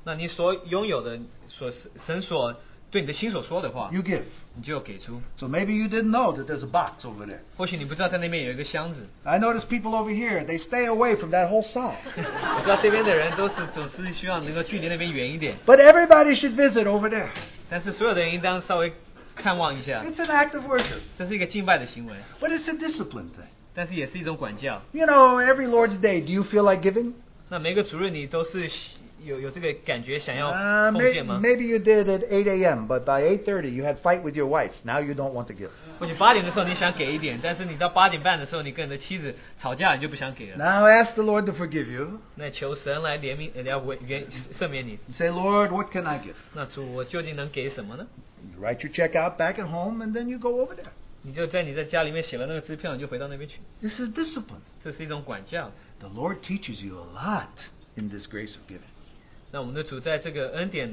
Speaker 2: 那你所拥有的，所神所对你的心所说的话，
Speaker 1: you give.
Speaker 2: 你就要给出。
Speaker 1: So maybe you didn't know that there's a box over there.
Speaker 2: 或许你不知道在那边有一个箱子，
Speaker 1: I notice people over here, they stay away from that whole side.
Speaker 2: 我知道这边的人都是总是希望能够距离那边远一点，
Speaker 1: But everybody should visit over there.
Speaker 2: 但是所有的人应当稍微看望一下，
Speaker 1: It's an act of worship,
Speaker 2: 这是一个敬拜的行为，
Speaker 1: but it's a discipline thing.
Speaker 2: 但是也是一种管教。
Speaker 1: You know, every Lord's Day, do you feel like giving?
Speaker 2: 那每个主任你都是有有这个感觉想要
Speaker 1: Uh,
Speaker 2: 奉
Speaker 1: may,
Speaker 2: 献吗？
Speaker 1: maybe you did at 8 a.m., but by 8.30 you had fight with your wife. Now you don't want to give.
Speaker 2: 或许八点的时候你想给一点，但是你到八点半的时候你跟你的妻子吵架，你就不想给了。
Speaker 1: Now ask the Lord to forgive you
Speaker 2: 那求神来怜悯，呃来为原赦免你。
Speaker 1: and say, Lord, what can I give?
Speaker 2: 那主，我究竟能给什么呢？
Speaker 1: You write your check out back at home and then you go over there.
Speaker 2: 你就在你在家里面写了那个支票，你就回到那边去。
Speaker 1: This is discipline.
Speaker 2: 这是一种管教。
Speaker 1: The Lord teaches you a lot in this grace of giving.
Speaker 2: 那我们的主在这个恩典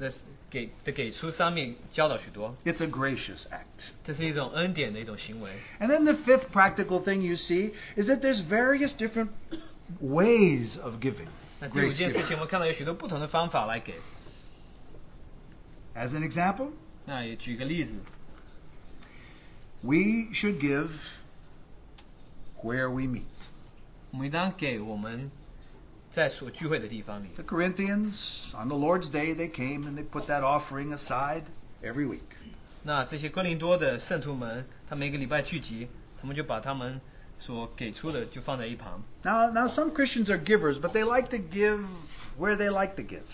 Speaker 2: 的给的给出上面教导许多，
Speaker 1: It's a gracious act.
Speaker 2: 这是一种恩典的一种行为。
Speaker 1: And then the fifth practical thing you see is that there's various different ways of giving.
Speaker 2: 那第五
Speaker 1: Grace
Speaker 2: 件事
Speaker 1: giving.
Speaker 2: 情，我们看到有许多不同的方法来给。
Speaker 1: As an example,
Speaker 2: 那也举个例子，
Speaker 1: we should give where we meet.
Speaker 2: 我们应当给我们在所聚会的地方里。
Speaker 1: The Corinthians, on the Lord's Day, they came and they put that offering aside every week.
Speaker 2: 那这些哥林多的圣徒们，他每个礼拜聚集，他们就把他们所给出的就放在一旁。
Speaker 1: Now, now some Christians are givers, but they like to give where they like to give.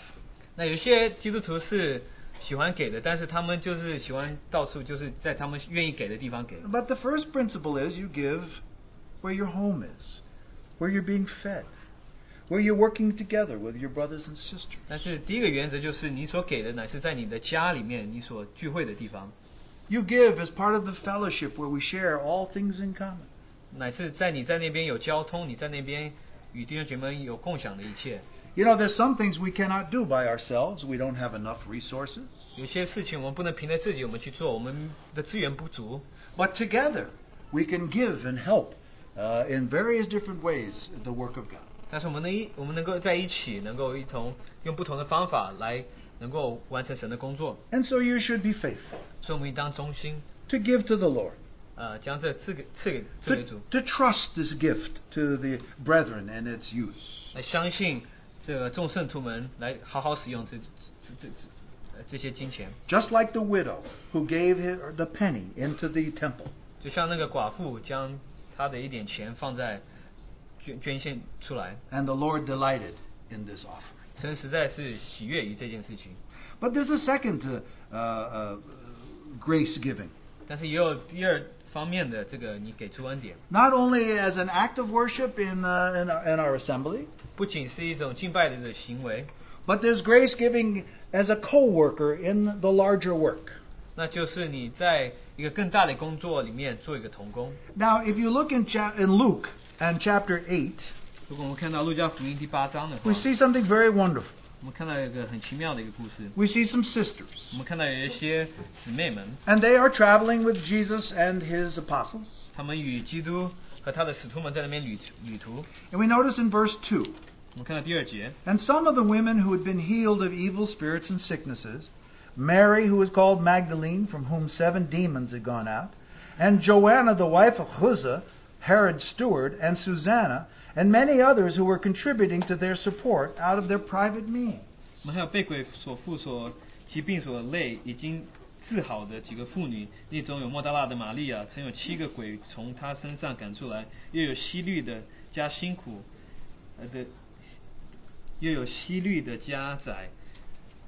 Speaker 2: 那有些基督徒是喜欢给的，但是他们就是喜欢到处就是在他们愿意给的地方给。
Speaker 1: But the first principle is you give where your home is, where you're being fed, where you're working together with your brothers and sisters.
Speaker 2: 但是第一个原则就是，你所给的乃是在你的家里面，你所聚会的地方，
Speaker 1: You give as part of the fellowship where we share all things in common.
Speaker 2: 乃是在你在那边有交通，你在那边与弟兄姐妹有共享的一切。
Speaker 1: You know, there's some things we cannot do by ourselves. We don't have enough resources.
Speaker 2: 有些事情我们不能凭着自己我们去做，我们的资源不足，
Speaker 1: But together, we can give and help uh, in various different ways the work of God.
Speaker 2: 但是我们能一我们能够在一起，能够一同用不同的方法来能够完成神的工作，
Speaker 1: And so you should be faithful
Speaker 2: 所以我们应当忠心，
Speaker 1: to give to the Lord,
Speaker 2: 呃，将这赐给赐给赐给
Speaker 1: to,
Speaker 2: 主，
Speaker 1: to trust this gift to the brethren and its use.
Speaker 2: 来相信这个众圣徒们来好好使用这这这这呃这些金钱，
Speaker 1: Just like the widow who gave her the penny into the temple.
Speaker 2: 就像那个寡妇将她的一点钱放在捐捐献出来，
Speaker 1: And the Lord delighted in this offering.
Speaker 2: 神实在是喜悦于这件事情。
Speaker 1: But there's a second uh, uh, uh, grace giving.
Speaker 2: 但是也有第二方面的这个你给出恩典，
Speaker 1: Not only as an act of worship in, uh, in, our, in our assembly,
Speaker 2: 不仅是一种敬拜的的行为，
Speaker 1: But there's grace giving as a co worker in the larger work.
Speaker 2: 那就是你在一个更大的工作里面做一个童工。
Speaker 1: Now, if you look in, cha- in Luke and chapter 8,
Speaker 2: 如果我们看到路加福音第八章的话
Speaker 1: we，see something very wonderful.
Speaker 2: 我们看到一个很奇妙的一个故事。
Speaker 1: We see some
Speaker 2: 我
Speaker 1: sisters,
Speaker 2: 们看到有一些姊妹们，
Speaker 1: and they are traveling with Jesus and his apostles.
Speaker 2: 她们与基督和他的使徒们在那边旅旅途。
Speaker 1: And we notice in verse 2
Speaker 2: 我们看到第二节，
Speaker 1: And some of the women who had been healed of evil spirits and sicknesses, Mary, who was called Magdalene, from whom seven demons had gone out, and Joanna, the wife of Huzza, Herod's steward, and Susanna, and many others who were contributing to their support out of their private means.
Speaker 2: 我们还有被鬼所附所疾病所累已经治好的几个妇女，例中有莫大拉的玛利亚，曾有七个鬼从她身上赶出来，又有西律的加辛苦，呃的，又有西律的家宰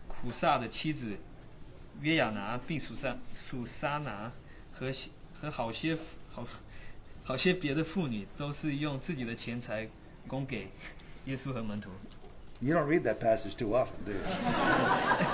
Speaker 2: 苦萨的妻子约雅拿，并属萨属沙拿和西和好些好好些别的妇女，都是用自己的钱财供给耶稣和门徒。
Speaker 1: You don't read that passage too often, do you?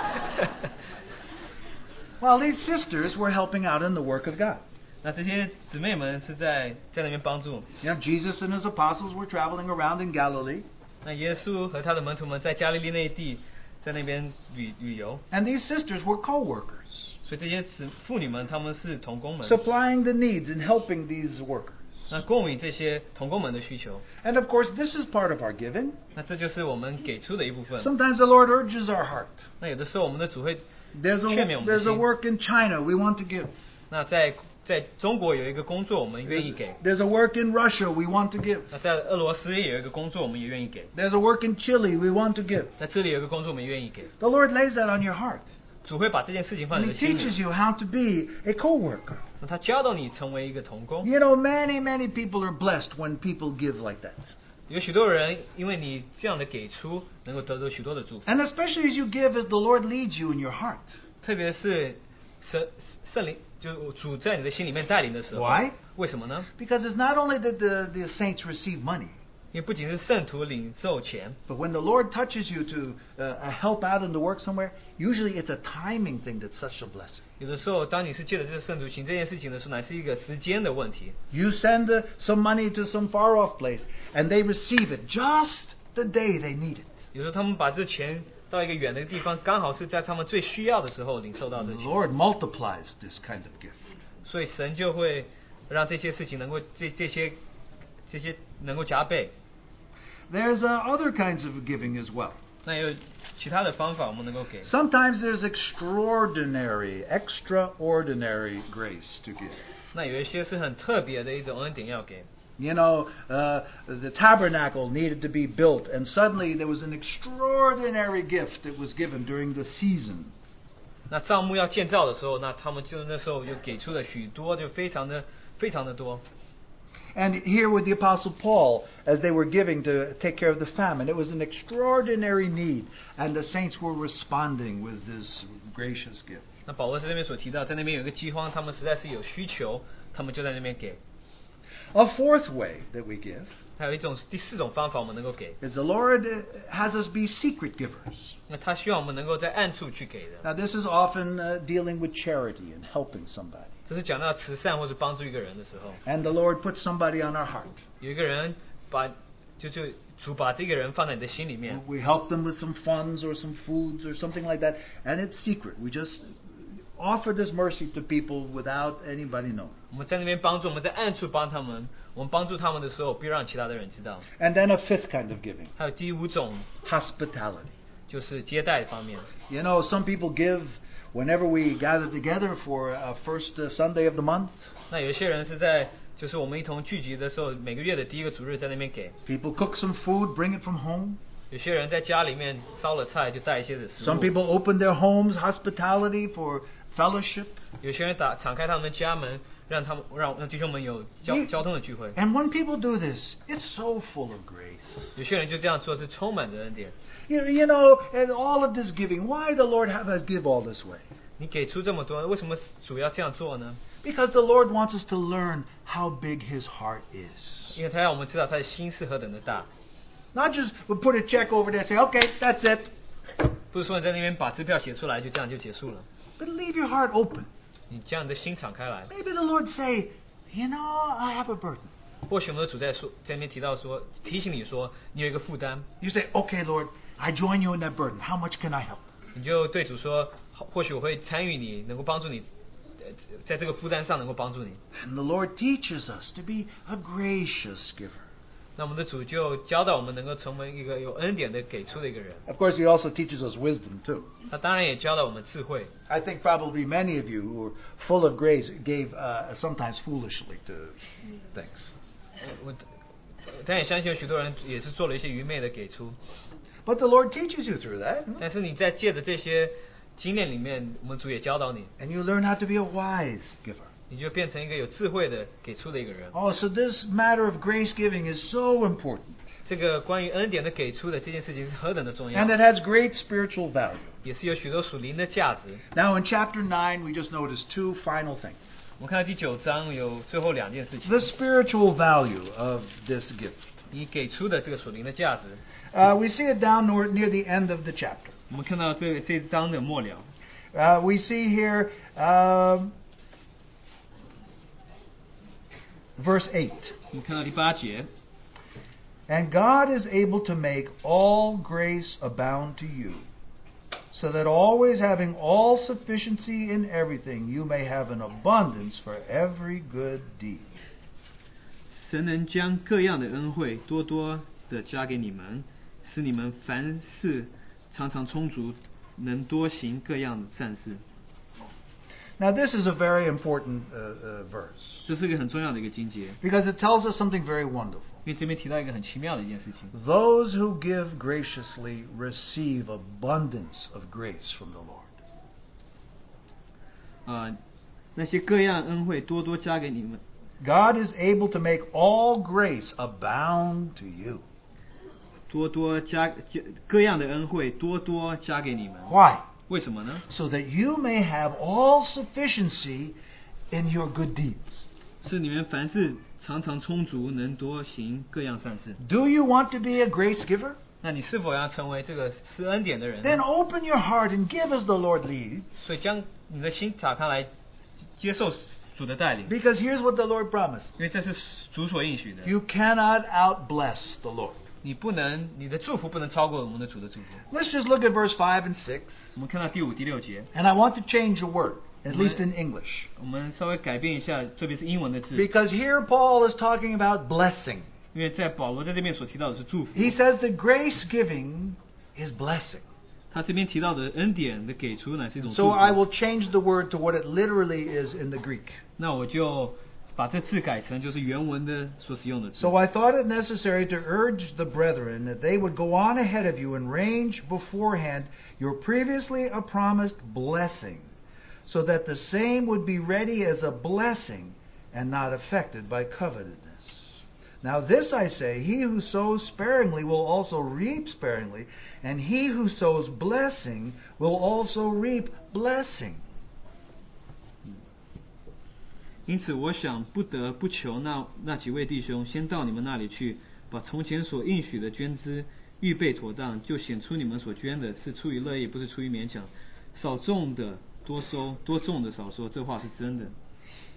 Speaker 1: well, these sisters were helping out in the work of God.
Speaker 2: 那这些姊妹们是在在那边帮助。
Speaker 1: You know, Jesus and his apostles were traveling around in Galilee.
Speaker 2: 那耶稣和他的门徒们在加利利内地，在那边旅旅游，
Speaker 1: And these sisters were co workers,
Speaker 2: 所以这些姊妇女们她们是童工们，
Speaker 1: supplying the needs and helping these workers.
Speaker 2: 那供应这些童工们的需求。
Speaker 1: And of course, this is part of our giving.
Speaker 2: 那这就是我们给出的一部分。
Speaker 1: Sometimes the Lord urges our heart.
Speaker 2: 那有的时候我们的主会，
Speaker 1: There's a,
Speaker 2: 劝勉我们的心。
Speaker 1: there's a work in China we want to give.
Speaker 2: 那在在中国有一个工作我们愿意给，
Speaker 1: There's a work in Russia we want to give.
Speaker 2: 那在俄罗斯也有一个工作我们也愿意给，
Speaker 1: There's a work in Chile we want to give.
Speaker 2: 在这里有一个工作我们也愿意给。
Speaker 1: The Lord lays that on your heart.
Speaker 2: 主会把这件事情放
Speaker 1: And
Speaker 2: 在你
Speaker 1: He
Speaker 2: 的心
Speaker 1: teaches
Speaker 2: 里，
Speaker 1: you how to be a co worker.
Speaker 2: 那他教导你成为一个童工。
Speaker 1: You know, many, many people are blessed when people give like that.
Speaker 2: 有许多人因为你这样的给出，能够得到许多的祝福，
Speaker 1: And especially as you give as the Lord leads you in your heart.
Speaker 2: 特别是圣圣灵，就是主在你的心里面带领的时候。
Speaker 1: Why？
Speaker 2: 为什么呢？
Speaker 1: Because it's not only that the, the saints receive money,
Speaker 2: 因为不仅是圣徒领受钱，
Speaker 1: But when the Lord touches you to uh, uh, help out in the work somewhere, usually it's a timing thing that's such a blessing.
Speaker 2: 有的时候当你是借着这个圣徒行这件事情的时候，乃是一个时间的问题。
Speaker 1: You send uh, some money to some far off place, and they receive it just the day they need it.
Speaker 2: 有时候他们把这钱到一个远的地方，刚好是在他们最需要的时候领受到
Speaker 1: The
Speaker 2: 这钱，
Speaker 1: Lord multiplies this kind of gift.
Speaker 2: 所以神就会让这些事情能够这这些这些能够加倍。
Speaker 1: There's uh, other kinds of giving as well.
Speaker 2: 那也有其他的方法我们能够给。
Speaker 1: Sometimes there's extraordinary, extraordinary grace to give.
Speaker 2: 那有一些是很特别的一种恩典要给。
Speaker 1: You know, uh, the tabernacle needed to be built, and suddenly there was an extraordinary gift that was given during the season.
Speaker 2: 那账目要建造的时候，那他们就那时候就给出了许多，就非常的非常的多。
Speaker 1: And here with the Apostle Paul, as they were giving to take care of the famine, it was an extraordinary need, and the saints were responding with this gracious gift.
Speaker 2: 那保罗在这边所提到，在那边有一个饥荒，他们实在是有需求，他们就在那边给。
Speaker 1: A fourth way that we give
Speaker 2: 还有一种第四种方法，我们能够给。
Speaker 1: is the Lord uh, has us be secret givers.
Speaker 2: 那他希望我们能够在暗处去给的，
Speaker 1: Now, this is often uh, dealing with charity and helping somebody.
Speaker 2: 这是讲到慈善或是帮助一个人的时候，
Speaker 1: And the Lord puts somebody on our heart.
Speaker 2: 有一个人把就就主把这个人放在你的心里面，
Speaker 1: We help them with some funds or some foods or something like that, and it's secret. We just offer this mercy to people without anybody knowing.
Speaker 2: 我们在那边帮助，我们在暗处帮他们，我们帮助他们的时候，不要让其他的人知道。
Speaker 1: And then a fifth kind of giving
Speaker 2: 还有第五种
Speaker 1: hospitality.
Speaker 2: 就是接待方面，
Speaker 1: You know, some people give whenever we gather together for uh, first uh, Sunday of the month.
Speaker 2: 那有一些人是在就是我们一同聚集的时候，每个月的第一个主日在那边给，
Speaker 1: People cook some food, bring it from home.
Speaker 2: 有些人在家里面烧了菜就带一些的食
Speaker 1: Some
Speaker 2: 物，
Speaker 1: people open their homes, hospitality for fellowship.
Speaker 2: 有些人打敞开他们家门，让他们让让弟兄们有交交通的聚会。
Speaker 1: And when people do this, it's so full of grace.
Speaker 2: 有些人就这样做是充满着恩典。
Speaker 1: You, you know, and all of this giving, why the Lord have us give all this way?
Speaker 2: 你给出这么多，为什么主要这样做呢？
Speaker 1: Because the Lord wants us to learn how big His heart is.
Speaker 2: 因为他让我们知道他的心是何等的大，
Speaker 1: Not just we put a check over there and say, okay, that's it.
Speaker 2: 不是说你在那边把支票写出来就这样就结束了。
Speaker 1: But leave your heart open.
Speaker 2: 你将你的心敞开来。
Speaker 1: Maybe the Lord say, you know, I have a burden.
Speaker 2: 或许我们的主在说，在那边提到说，提醒你说你有一个负担，
Speaker 1: You say, okay, Lord, I join you in that burden. How much can I help?
Speaker 2: 你就对主说，或或许我会参与你，能够帮助你，呃在这个负担上能够帮助你。
Speaker 1: And the Lord teaches us to be a gracious giver.
Speaker 2: 那我们的主就教导我们能够成为一个有恩典的给出的一个人。
Speaker 1: Of course, He also teaches us wisdom, too.
Speaker 2: 他当然也教导我们智慧。
Speaker 1: I think probably many of you who were full of grace gave uh, sometimes foolishly to things.
Speaker 2: 呃我，我但也相信有许多人也是做了一些愚昧的给出。
Speaker 1: But the Lord teaches you through that.
Speaker 2: 但是你在借着这些经验里面，我们主也教导你，
Speaker 1: And you learn how to be a wise giver.
Speaker 2: 你就变成一个有智慧的给出的一个人。
Speaker 1: Oh, so this matter of grace giving is so important.
Speaker 2: 这个关于恩典的给出的这件事情是何等的重要
Speaker 1: And，it has great spiritual value.
Speaker 2: 也是有许多属灵的价值。
Speaker 1: Now, in chapter 9, we just noticed two final things
Speaker 2: 我们看到第九章有最后两件事情，
Speaker 1: the spiritual value of this gift.
Speaker 2: 你给出的这个属灵的价值。
Speaker 1: Uh, we see it down nor- near the end of the chapter.
Speaker 2: 我们看到这这一章的末了，
Speaker 1: Uh, we see here um, verse 8.
Speaker 2: 我们看到第八节，
Speaker 1: And God is able to make all grace abound to you, so that always having all sufficiency in everything, you may have an abundance for every good deed.
Speaker 2: 神能将各样的恩惠多多的加给你们，使你们凡事常常充足，能多行各样的善事。
Speaker 1: Now, this is a very important uh, uh, verse
Speaker 2: 这是一个很重要的一个经节，
Speaker 1: because it tells us something very wonderful.
Speaker 2: 因为这边提到一个很奇妙的一件事情，
Speaker 1: Those who give graciously receive abundance of grace from the Lord.
Speaker 2: 啊、那些各样恩惠多多加给你们，
Speaker 1: God is able to make all grace abound to you.
Speaker 2: 多多加加各样的恩惠多多加给你们，
Speaker 1: Why?
Speaker 2: 为什么呢？
Speaker 1: so that you may have all sufficiency in your good deeds.
Speaker 2: 是你们凡事常常充足，能多行各样善事。
Speaker 1: Do you want to be a grace giver?
Speaker 2: 那你是否要成为这个施恩典的人
Speaker 1: Then
Speaker 2: 呢？
Speaker 1: open your heart and give as the Lord leads.
Speaker 2: 所以将你的心打开来，接受主的带领，
Speaker 1: Because here's what the Lord promised
Speaker 2: 因为这是主所应许的。
Speaker 1: you cannot out bless the Lord.
Speaker 2: 你不能，你的祝福不能超过我们的主的祝福。
Speaker 1: Let's just look at verse 5 and 6.
Speaker 2: 我们看到第五、第六节，
Speaker 1: And I want to change a word, at
Speaker 2: Right.
Speaker 1: least in English.
Speaker 2: 我们稍微改变一下，这边是英文的字，因 Hmm.
Speaker 1: Because here Paul is talking about blessing.
Speaker 2: 为因为在保罗在这边所提到的是祝福，
Speaker 1: He says the grace giving is blessing.
Speaker 2: 他这边提到的恩典的给出呢是一种祝
Speaker 1: So I
Speaker 2: 福。
Speaker 1: will change the word to what it literally is in the Greek.
Speaker 2: 那我就把这字改成就是原文的所使用的字。
Speaker 1: So I thought it necessary to urge the brethren that they would go on ahead of you and range beforehand your previously a promised blessing, so that the same would be ready as a blessing and not affected by covetousness. Now, this I say he who sows sparingly will also reap sparingly, and he who sows blessing will also reap blessing.
Speaker 2: 因此，我想不得不求那那几位弟兄先到你们那里去，把从前所应许的捐资预备妥当，就显出你们所捐的是出于乐意，不是出于勉强。少种的多收，多种的少收，这话是真的。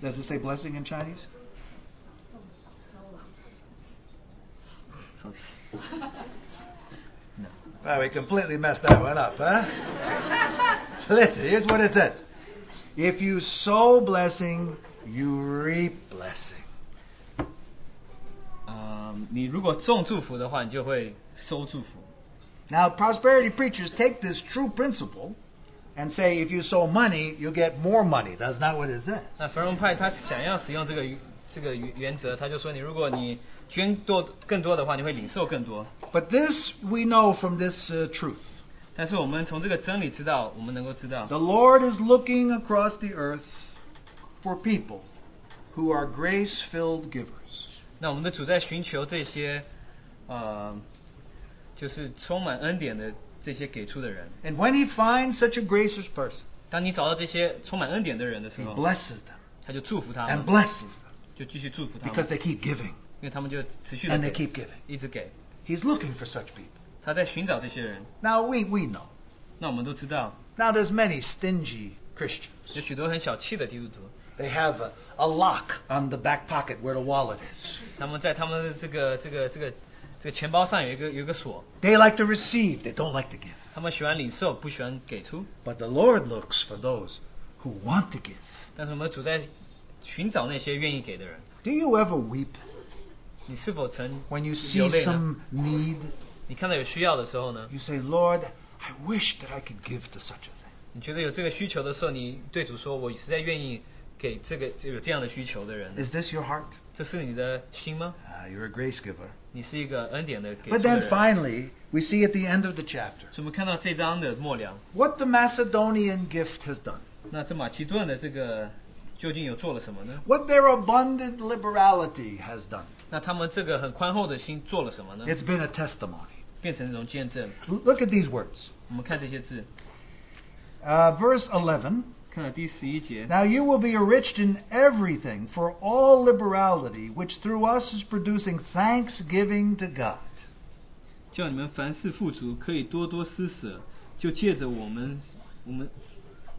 Speaker 1: Does it say blessing in Chinese?
Speaker 2: 少
Speaker 1: Well, we completely messed that one up, huh? Listen, here's what it says. If you sow blessing, you reap blessing.
Speaker 2: 啊、你如果种祝福的话，你就会收祝福。
Speaker 1: Now, prosperity preachers take this true principle and say if you sow money, you get more money. That's not what it says.
Speaker 2: 那繁荣派他想要使用这个 这个原原则，他就说你如果你捐多更多的话，你会领受更多。
Speaker 1: But this we know from this uh, truth.
Speaker 2: 但是我们从这个真理知道，我们能够知道
Speaker 1: The，Lord is looking across the earth for people who are grace filled givers.
Speaker 2: 那我们的主在寻求这些，呃，就是充满恩典的这些给出的人。
Speaker 1: And when he finds such a gracious person,
Speaker 2: 当你找到这些充满恩典的人的时
Speaker 1: he
Speaker 2: 候，
Speaker 1: blesses them
Speaker 2: 他就祝福他
Speaker 1: and
Speaker 2: 们，
Speaker 1: blesses them.
Speaker 2: 就继续祝福他
Speaker 1: because
Speaker 2: 们，
Speaker 1: they keep giving
Speaker 2: 因为他们就持续的
Speaker 1: and they keep giving.
Speaker 2: 一直给。
Speaker 1: He's looking for such people.
Speaker 2: 他在寻找这些人。
Speaker 1: Now we we know.
Speaker 2: 那我们都知道，
Speaker 1: Now there's many stingy Christians.
Speaker 2: 有许多很小气的基督徒，
Speaker 1: They have a, a lock on the back pocket where the wallet is.
Speaker 2: 他们在他们的这个这个这个这个钱包上有一个有一个锁，
Speaker 1: They like to receive, they don't like to give.
Speaker 2: 他们喜欢领受，不喜欢给出。
Speaker 1: But the Lord looks for those who want to give.
Speaker 2: 但是我们主在寻找那些愿意给的人。
Speaker 1: Do you ever weep
Speaker 2: 你是否曾
Speaker 1: when you
Speaker 2: 流
Speaker 1: see
Speaker 2: 泪呢？
Speaker 1: some need?
Speaker 2: 你看到有需要的时候呢？
Speaker 1: You say, Lord, I wish that I could give to such a thing.
Speaker 2: 你觉得有这个需求的时候，你对主说：“我实在愿意给这个有这样的需求的人。
Speaker 1: Is this your heart? ”
Speaker 2: 这是你的心吗？
Speaker 1: Ah, you're a grace giver.
Speaker 2: 你是一个恩典的给出
Speaker 1: But
Speaker 2: 的
Speaker 1: then
Speaker 2: 人。
Speaker 1: finally, we see at the end of the chapter
Speaker 2: 所以我们看到这章的末了，
Speaker 1: what the Macedonian gift has done.
Speaker 2: 那这马其顿的这个究竟有做了什么呢？
Speaker 1: what their abundant liberality has done.
Speaker 2: 那他们这个很宽厚的心做了什么呢？
Speaker 1: It's been a testimony.
Speaker 2: 变成一种见证。
Speaker 1: L- Look at these words.
Speaker 2: 我们看这些字，
Speaker 1: Uh, verse 11
Speaker 2: 看到第十一节，
Speaker 1: Now you will be enriched in everything for all liberality, which through us is producing thanksgiving to God.
Speaker 2: 叫你们凡事富足，可以多多施舍，就借着我们，我们，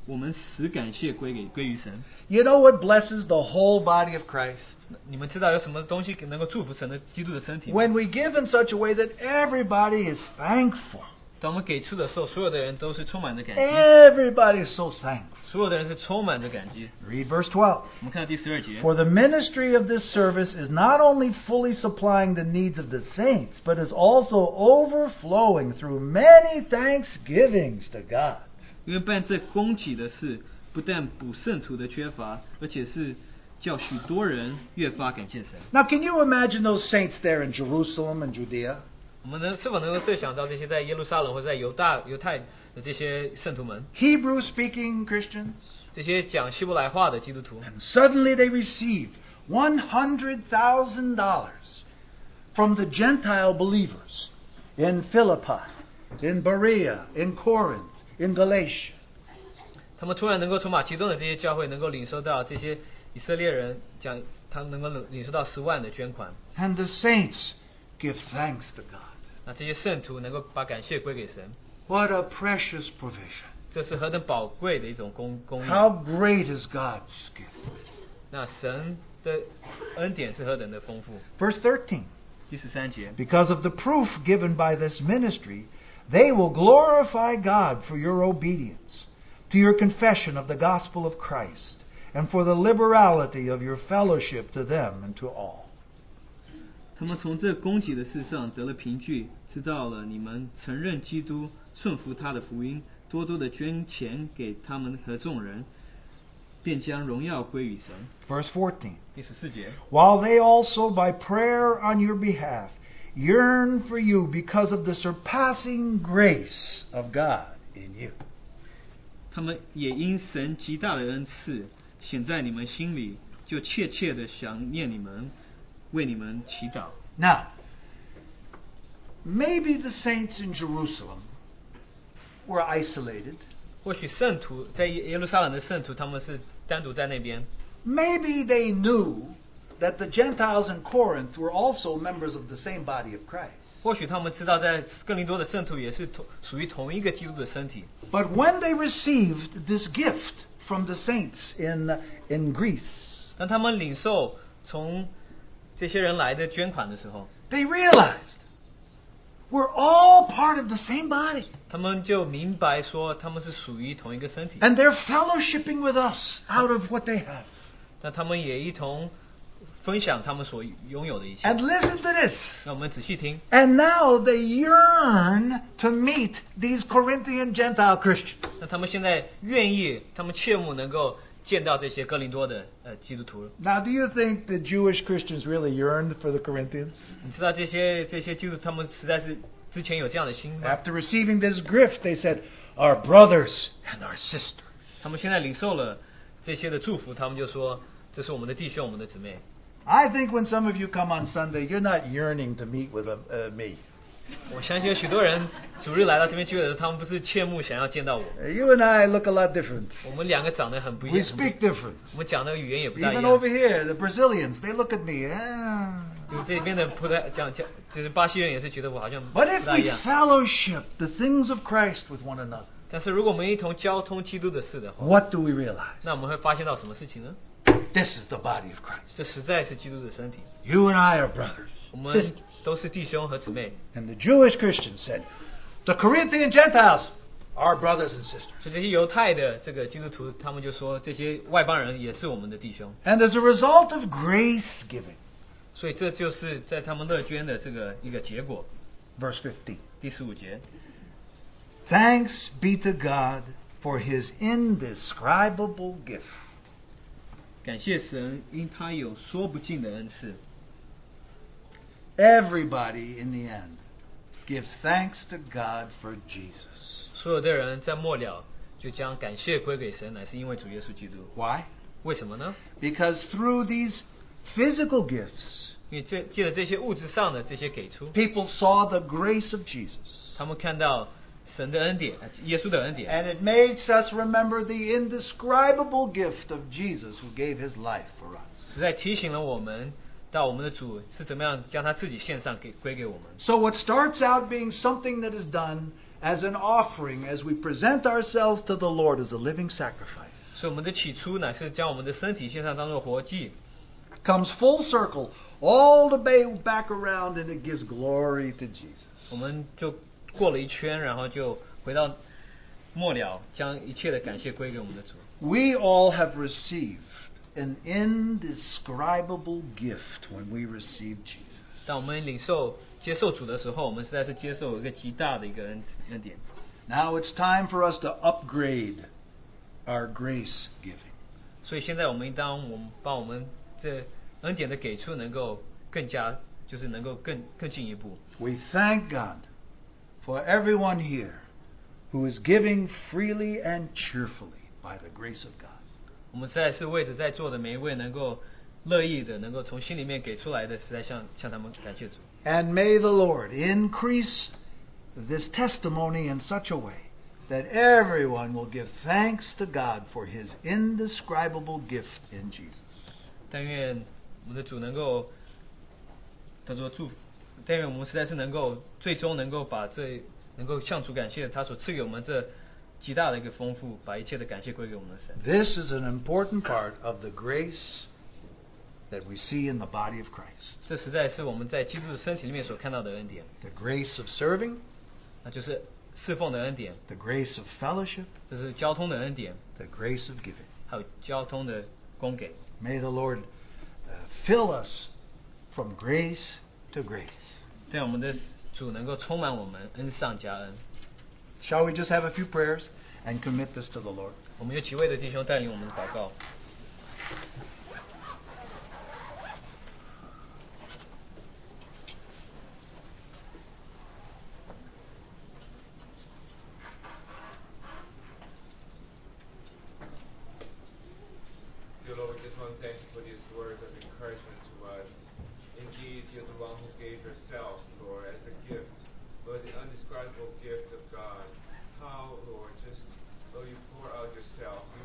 Speaker 2: 我们使感谢归给归于神。
Speaker 1: You know what blesses the whole body of Christ?
Speaker 2: 你们知道有什么东西能够祝福神的基督的身体吗？
Speaker 1: When we give in such a way that everybody is thankful.
Speaker 2: 当我们给出的时候，所有的人都是充满着感
Speaker 1: 哎
Speaker 2: 激，
Speaker 1: Everybody is so thankful.
Speaker 2: 所有的人是充满着感激。
Speaker 1: Read verse 12.
Speaker 2: 我们看到第十二节，
Speaker 1: For the ministry of this service is not only fully supplying the needs of the saints, but is also overflowing through many thanksgivings to God.
Speaker 2: 因为办这供给的事，不但补圣徒的缺乏，而且是叫许多人越发感谢神。
Speaker 1: Now, can you imagine those saints there in Jerusalem and Judea?
Speaker 2: 我们能是否能够设想到这些在耶路撒冷或者在犹大犹太的这些圣徒们，
Speaker 1: Hebrew speaking Christians?
Speaker 2: 这些讲希伯来话的基督徒，
Speaker 1: And suddenly they received $100,000 from the Gentile believers in Philippi, in Berea, in Corinth, in Galatia.
Speaker 2: 他们突然能够从马其顿的这些教会能够领受到这些以色列人讲，他们能够领领受到十万的捐款，
Speaker 1: And the saints give thanks to God.
Speaker 2: 那这些圣徒能够把感谢归给神，
Speaker 1: What a precious provision.
Speaker 2: 这是何等宝贵的一种公公义！
Speaker 1: How great is God's gift.
Speaker 2: 那神的恩典是何等的丰富。
Speaker 1: Verse 13.
Speaker 2: 第十三节，
Speaker 1: Because of the proof given by this ministry, they will glorify God for your obedience, to your confession of the gospel of Christ, and for the liberality of your fellowship to them and to all.
Speaker 2: 他他们从这供给的事上得了凭据，知道了你们承认基督，顺服他的福音，多多的捐钱给他们和众人，便将荣耀归于神。
Speaker 1: Verse 14.
Speaker 2: 第十四节，
Speaker 1: While they also, by prayer on your behalf, yearn for you because of the surpassing grace of God in you.
Speaker 2: 他们也因神极大的恩赐显在你们心里，就切切的想念你们，为你们祈祷。
Speaker 1: Now, maybe the saints in Jerusalem were isolated.
Speaker 2: 或许圣徒在耶耶路撒冷的圣徒，他们是单独在那边，
Speaker 1: Maybe they knew that the Gentiles in Corinth were also members of the same body of Christ.
Speaker 2: 或许他们知道在哥林多的圣徒也是同属于同一个基督的身体，
Speaker 1: But when they received this gift from the saints in, in Greece,
Speaker 2: 当他们领受从这些人来的捐款的时候，
Speaker 1: they realized we're all part of the same body.
Speaker 2: 他们就明白说他们是属于同一个身体，
Speaker 1: And they're fellowshipping with us out of what they have.
Speaker 2: 那他们也一同分享他们所拥有的一切。
Speaker 1: And listen to this.
Speaker 2: 那我们仔细听，
Speaker 1: And now they yearn to meet these Corinthian Gentile Christians.
Speaker 2: 那他们现在愿意，他们切慕能够见到这些哥林多的呃基督徒。
Speaker 1: Now, do you think the Jewish Christians really yearned for the Corinthians?
Speaker 2: 你知道这些这些基督徒他们实在是之前有这样的心吗？
Speaker 1: After receiving this gift, they said, Our brothers and our sisters.
Speaker 2: 他们现在领受了这些的祝福，他们就说这是我们的弟兄，我们的姊妹。
Speaker 1: I think when some of you come on Sunday, you're not yearning to meet with uh, uh, me.
Speaker 2: 我相信有许多人主日来到这边聚会的时候，他们不是切慕想要见到我。
Speaker 1: Uh, You and I look a lot different.
Speaker 2: 我们两个长得很不一
Speaker 1: We
Speaker 2: 样，
Speaker 1: speak different.
Speaker 2: 我们讲的语言也不大一
Speaker 1: Even
Speaker 2: 样。
Speaker 1: over here, the Brazilians, they look at me. "Ah."
Speaker 2: 就是这边的葡萄讲讲，就是巴西人也是觉得我好像不
Speaker 1: But if
Speaker 2: 大一
Speaker 1: we
Speaker 2: 样。
Speaker 1: fellowship the things of Christ with one another,
Speaker 2: 但是如果我们一同交通基督的事的话，
Speaker 1: what do we realize?
Speaker 2: 那我们会发现到什么事情呢？
Speaker 1: This is the body of Christ.
Speaker 2: 这实在是基督的身体，
Speaker 1: You and I are brothers.
Speaker 2: 我
Speaker 1: sisters.
Speaker 2: 们都是弟兄和姊妹。
Speaker 1: And the Jewish Christians said, The Corinthian Gentiles are brothers and sisters.
Speaker 2: 所以这些犹太的这个基督徒，他们就说这些外邦人也是我们的弟兄。
Speaker 1: And as a result of grace giving,
Speaker 2: 所以这就是在他们乐捐的这个一个结果。
Speaker 1: verse 15,
Speaker 2: 第十五节，
Speaker 1: thanks be to God for his indescribable gift.
Speaker 2: 感谢神，因他有说不尽的恩赐。
Speaker 1: Everybody in the end gives thanks to God for Jesus.
Speaker 2: 所有的人在末了就将感谢归给神，乃是因为主耶稣基督。
Speaker 1: Why?
Speaker 2: 为什么呢？
Speaker 1: Because through these physical gifts,
Speaker 2: 因为这借着这些物质上的这些给出，
Speaker 1: people saw the grace of Jesus.
Speaker 2: 他们看到神的恩典，呃耶稣的恩典，
Speaker 1: And it makes us remember the indescribable gift of Jesus who gave his life for us.
Speaker 2: 实在提醒了我们，到我们的主是怎么样将他自己献上给归给我们。
Speaker 1: So, what starts out being something that is done as an offering as we present ourselves to the Lord as a living sacrifice
Speaker 2: 所以我们的起初乃是将我们的身体献上当做活祭，
Speaker 1: comes full circle all the way back around and it gives glory to Jesus.
Speaker 2: 我们就过了一圈，然后就回到末了，将一切的感谢归给我们的主。
Speaker 1: We all have received an indescribable gift when we receive Jesus.
Speaker 2: 当我们领受接受主的时候，我们实在是接受一个极大的一个恩恩典。
Speaker 1: Now it's time for us to upgrade our grace giving.
Speaker 2: 所以现在我们应当我们把我们这恩典的给出能够更加，就是能够更更进一步。
Speaker 1: We thank God for everyone here who is giving freely and cheerfully by the grace of God.
Speaker 2: 我们实在是为着在座的每一位能够乐意的，能够从心里面给出来的，实在向向他们感谢主。
Speaker 1: And may the Lord increase this testimony in such a way that everyone will give thanks to God for his indescribable gift in Jesus.
Speaker 2: 但愿我们的主能够得着祝福，但愿我们实在是能够最终能够把这能够向主感谢他所赐给我们这极大的一个丰富，把一切的感谢归给我们的神。
Speaker 1: This is an important part of the grace that we see in the body of Christ
Speaker 2: 这实在是我们在基督的身体里面所看到的恩典，
Speaker 1: the grace of serving,
Speaker 2: 那就是侍奉的恩典，
Speaker 1: the grace of fellowship,
Speaker 2: 这是交通的恩典，
Speaker 1: the grace of giving.
Speaker 2: 还有交通的供给。
Speaker 1: May the Lord uh, fill us from grace
Speaker 3: to grace.
Speaker 2: 在我们的主能够充满我们恩上加恩。
Speaker 3: Shall we just have a few prayers and commit this to the Lord?
Speaker 2: 我们有几位的弟兄带领我们祷告。
Speaker 4: Dear Lord, we just want to thank you for these words of encouragement to us. Indeed, you're the one who gave yourself, Lord, as a gift, Lord, the undescribable gift of God. How, Lord, just, Lord, you oh, pour out yourself. You